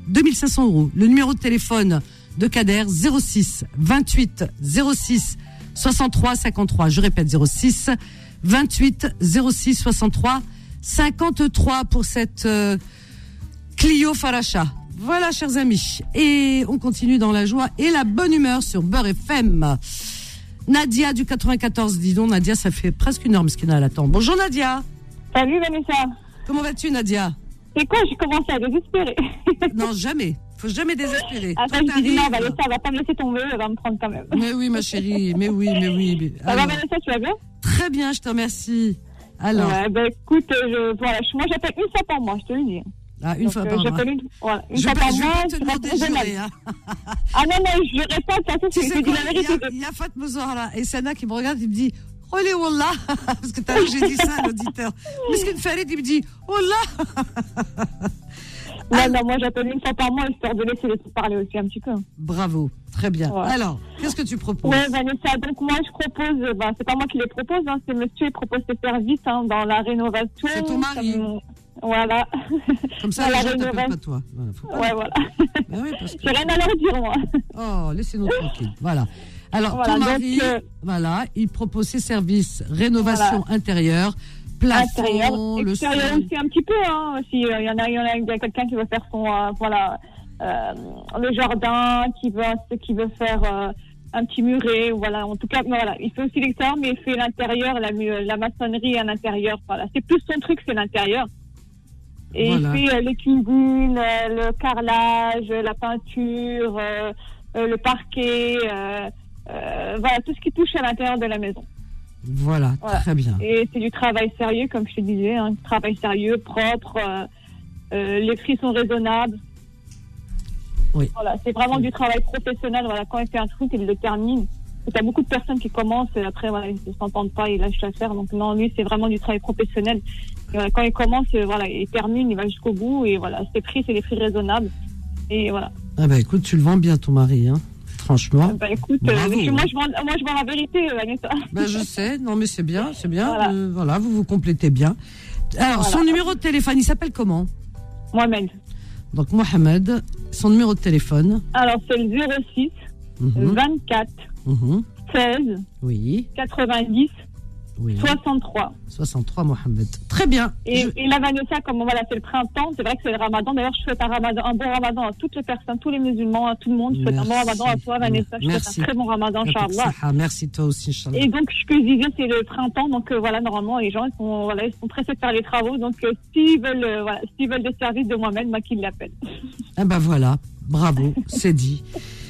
Speaker 2: 2500 euros. Le numéro de téléphone de Kader, 06 28 06 63 53. Je répète, 06 28 06 63 53 pour cette euh, Clio Faracha. Voilà, chers amis. Et on continue dans la joie et la bonne humeur sur Beurre FM. Nadia du 94, dis donc, Nadia, ça fait presque une heure, Miskina, elle attend. Bonjour, Nadia.
Speaker 13: Salut, Vanessa.
Speaker 2: Comment vas-tu, Nadia
Speaker 13: C'est quoi, j'ai commencé à désespérer.
Speaker 2: non, jamais. Faut jamais désespérer.
Speaker 13: Après, je
Speaker 2: Tout
Speaker 13: me suis dit,
Speaker 2: arrive.
Speaker 13: non, Vanessa, elle va pas me laisser tomber, elle va me prendre quand même.
Speaker 2: Mais oui, ma chérie, mais oui, mais oui. mais-
Speaker 13: Ça va,
Speaker 2: alors,
Speaker 13: Vanessa, tu vas bien
Speaker 2: Très bien, je te remercie. Alors,
Speaker 13: Ouais, bah écoute, euh, je, voilà, je- moi j'appelle une fois par mois, je te le dis. euh,
Speaker 2: Ah, une fois par mois.
Speaker 13: J'appelle une, voilà, une
Speaker 2: Je
Speaker 13: fois
Speaker 2: vais-
Speaker 13: par
Speaker 2: je vais
Speaker 13: mois.
Speaker 2: te demander
Speaker 13: reste
Speaker 2: de
Speaker 13: raisonnable.
Speaker 2: jurer, hein.
Speaker 13: Ah non, non, je répète, de toute façon,
Speaker 2: tu
Speaker 13: je
Speaker 2: sais
Speaker 13: te dis
Speaker 2: quoi,
Speaker 13: la
Speaker 2: il y
Speaker 13: vérité.
Speaker 2: a, il y a Fatma Zahra et Sana qui me regarde, il me dit Olé Wallah Parce que t'as vu, j'ai dit ça à l'auditeur. Parce qu'une Farid, il me dit Wallah
Speaker 13: Non, non, moi j'appelle une fois par mois, histoire de laisser les autres parler aussi un petit peu.
Speaker 2: Bravo, très bien. Alors, qu'est-ce que tu proposes
Speaker 13: Ouais, Vanessa, donc moi je propose, euh, bah, c'est pas moi qui les propose, hein, c'est monsieur qui propose ses services hein, dans la rénovation. C'est ton mari. Voilà.
Speaker 2: Comme ça,
Speaker 13: Dans
Speaker 2: les
Speaker 13: la
Speaker 2: gens t'appellent
Speaker 13: rénovation.
Speaker 2: pas toi. Voilà, faut pas-
Speaker 13: Ouais, voilà.
Speaker 2: J'ai
Speaker 13: rien à leur dire, moi.
Speaker 2: Oh, laissez-nous tranquilles. Voilà. Alors,
Speaker 13: Voilà,
Speaker 2: ton
Speaker 13: donc,
Speaker 2: mari,
Speaker 13: euh,
Speaker 2: voilà, il propose ses services rénovation intérieure, plafond,
Speaker 13: Intérieur,
Speaker 2: le sol.
Speaker 13: extérieur aussi un petit peu. Hein, si euh, il y en a, il y en a, il y a quelqu'un qui veut faire son, euh, voilà, euh, le jardin, qui veut, qui veut faire euh, un petit muret, ou voilà. En tout cas, mais voilà, il fait aussi l'extérieur, mais il fait l'intérieur, la, mu- la maçonnerie à l'intérieur. Voilà, c'est plus son truc, c'est l'intérieur. Et
Speaker 14: Voilà.
Speaker 13: il fait euh, les cuisines, euh, le carrelage, la peinture, euh, euh, le parquet, euh, euh, voilà, tout ce qui touche à l'intérieur de la maison.
Speaker 2: Voilà,
Speaker 13: Voilà.
Speaker 2: très bien.
Speaker 13: Et c'est du travail sérieux, comme je te disais, hein, du travail sérieux, propre. euh, euh, les prix sont raisonnables.
Speaker 2: Oui.
Speaker 13: Voilà, c'est vraiment du travail professionnel. Voilà, quand il fait un truc, il le termine. Tu as beaucoup de personnes qui commencent et après, voilà, ils ne s'entendent pas, ils lâchent l'affaire. Donc non, lui, c'est vraiment du travail professionnel. Et voilà, quand il commence, euh, voilà, il termine, il va jusqu'au bout et voilà, ses prix, c'est des prix raisonnables. Et voilà.
Speaker 2: Ah bah écoute, tu le vends bien ton mari, hein. Franchement.
Speaker 13: Bah écoute, euh,
Speaker 2: Bravo.
Speaker 13: moi, je vends, moi, je vends la vérité, euh, Vanessa.
Speaker 2: Bah, je sais, non mais c'est bien, c'est bien. euh, Voilà. vous vous complétez bien. Alors, son numéro de téléphone, il s'appelle comment
Speaker 13: Mohamed.
Speaker 2: Donc Mohamed, son numéro de téléphone.
Speaker 13: Alors, c'est le 06
Speaker 2: Mhm.
Speaker 13: 24
Speaker 2: Mhm.
Speaker 13: 16
Speaker 2: Oui,
Speaker 13: 90
Speaker 2: oui.
Speaker 13: 63.
Speaker 2: 63 Mohamed. Très bien.
Speaker 13: Et, et là, Vanessa, comme voilà, c'est le printemps, c'est vrai que c'est le ramadan. D'ailleurs, je souhaite un, ramadan, un bon ramadan à toutes les personnes, tous les musulmans, à tout le monde. Je souhaite un bon
Speaker 2: Merci.
Speaker 13: ramadan à toi, Vanessa. Je
Speaker 2: Merci.
Speaker 13: souhaite un très bon ramadan,
Speaker 2: Katak
Speaker 13: Inch'Allah.
Speaker 2: Saha, Merci toi aussi, Inch'Allah.
Speaker 13: Et donc, ce que je disais, c'est le printemps. Donc, euh, voilà, normalement, les gens, ils sont, voilà, ils sont pressés de faire les travaux. Donc, euh, s'ils veulent, euh, voilà, s'ils veulent des services de moi-même, moi, qu'ils l'appellent.
Speaker 2: Ah bah voilà, bravo, c'est dit.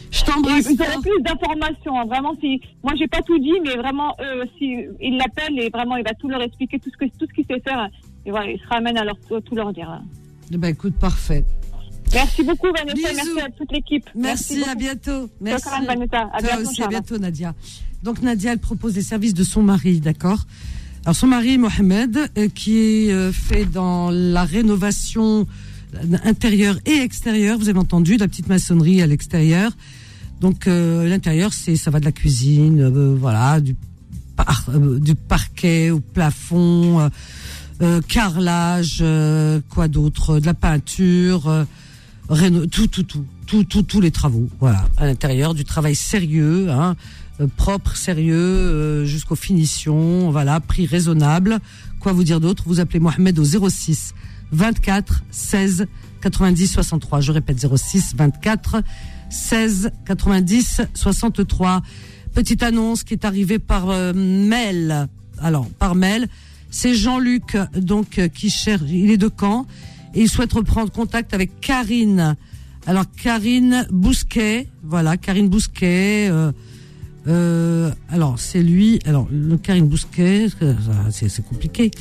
Speaker 2: Je t'embrasse.
Speaker 13: Et Vous aurez plus d'informations. hein. Vraiment, si moi j'ai pas tout dit, mais vraiment, euh, si il l'appelle et vraiment, il va tout leur expliquer tout ce que tout ce qu'il sait faire. hein. Et voilà, il se ramène à leur tout leur dire. hein.
Speaker 2: Eh ben, écoute, parfait.
Speaker 13: Merci beaucoup Vanessa,
Speaker 2: Bisous.
Speaker 13: merci à toute l'équipe.
Speaker 2: Merci, à
Speaker 13: beaucoup.
Speaker 2: bientôt. Merci.
Speaker 13: Merci. Vanessa. À bientôt,
Speaker 2: Toi aussi, à
Speaker 13: Inch'Allah.
Speaker 2: bientôt, Nadia. Donc, Nadia, elle propose les services de son mari, d'accord Alors, son mari, Mohamed, euh, qui est euh, fait dans la rénovation intérieure et extérieure, vous avez entendu, la petite maçonnerie à l'extérieur. Donc, euh, l'intérieur, c'est ça va de la cuisine, euh, voilà, du, par- euh, du parquet au plafond, euh, euh, carrelage, euh, quoi d'autre, de la peinture. euh, réno- tout, tout, tout, tout, tout, tous les travaux. Voilà, à l'intérieur du travail sérieux, hein, euh, propre, sérieux, euh, jusqu'aux finitions. Voilà, prix raisonnable. Quoi vous dire d'autre Vous appelez Mohamed au 06 24 16 90 63. Je répète 06 24 16 90 63. Petite annonce qui est arrivée par euh, mail. Alors par mail, c'est Jean-Luc donc euh, qui cherche. Il est de Caen et il souhaite reprendre contact avec Karine. Alors Karine Bousquet, voilà Karine Bousquet. euh, euh, alors c'est lui. Alors le Karine Bousquet, euh, c'est c'est compliqué.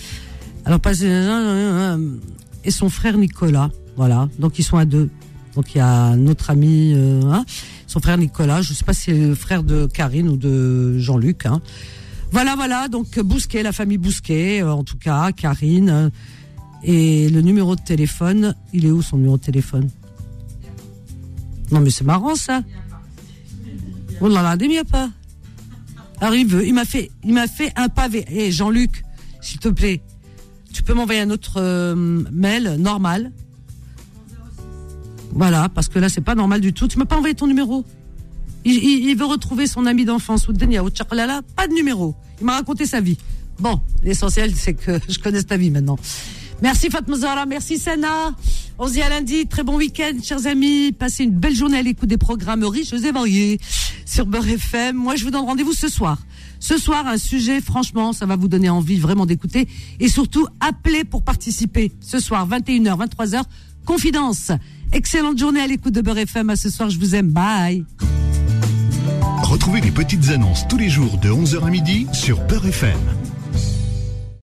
Speaker 2: Alors pas euh, et son frère Nicolas, voilà. Donc ils sont à deux. Donc il y a notre ami, euh, hein, son frère Nicolas. Je sais pas si c'est le frère de Karine ou de Jean-Luc. hein. Voilà, voilà. Donc Bousquet, la famille Bousquet, euh, en tout cas Karine. euh, et le numéro de téléphone, il est où son numéro de téléphone Non mais c'est marrant ça. On n'en a des miens pas. Alors il veut, il m'a fait, il m'a fait un pavé. Hé Jean-Luc, s'il te plaît, tu peux m'envoyer un autre euh, mail normal. Voilà, parce que là c'est pas normal du tout. Tu m'as pas envoyé ton numéro. Il, il- il veut retrouver son ami d'enfance, Oudenia Oucharlala, pas de numéro. Il m'a raconté sa vie. Bon, l'essentiel c'est que je connaisse ta vie maintenant. Merci Fatma Zahra, merci Sana. On se dit à lundi. Très bon week-end, chers amis. Passez une belle journée à l'écoute des programmes riches et variés sur Beurre FM. Moi, je vous donne rendez-vous ce soir. Ce soir, un sujet, franchement, ça va vous donner envie vraiment d'écouter. Et surtout, appelez pour participer. Ce soir, 21h, 23h, confidence. Excellente journée à l'écoute de Beurre FM. À ce soir, je vous aime. Bye.
Speaker 1: Retrouvez les petites annonces tous les jours de 11h à midi sur Peur FM.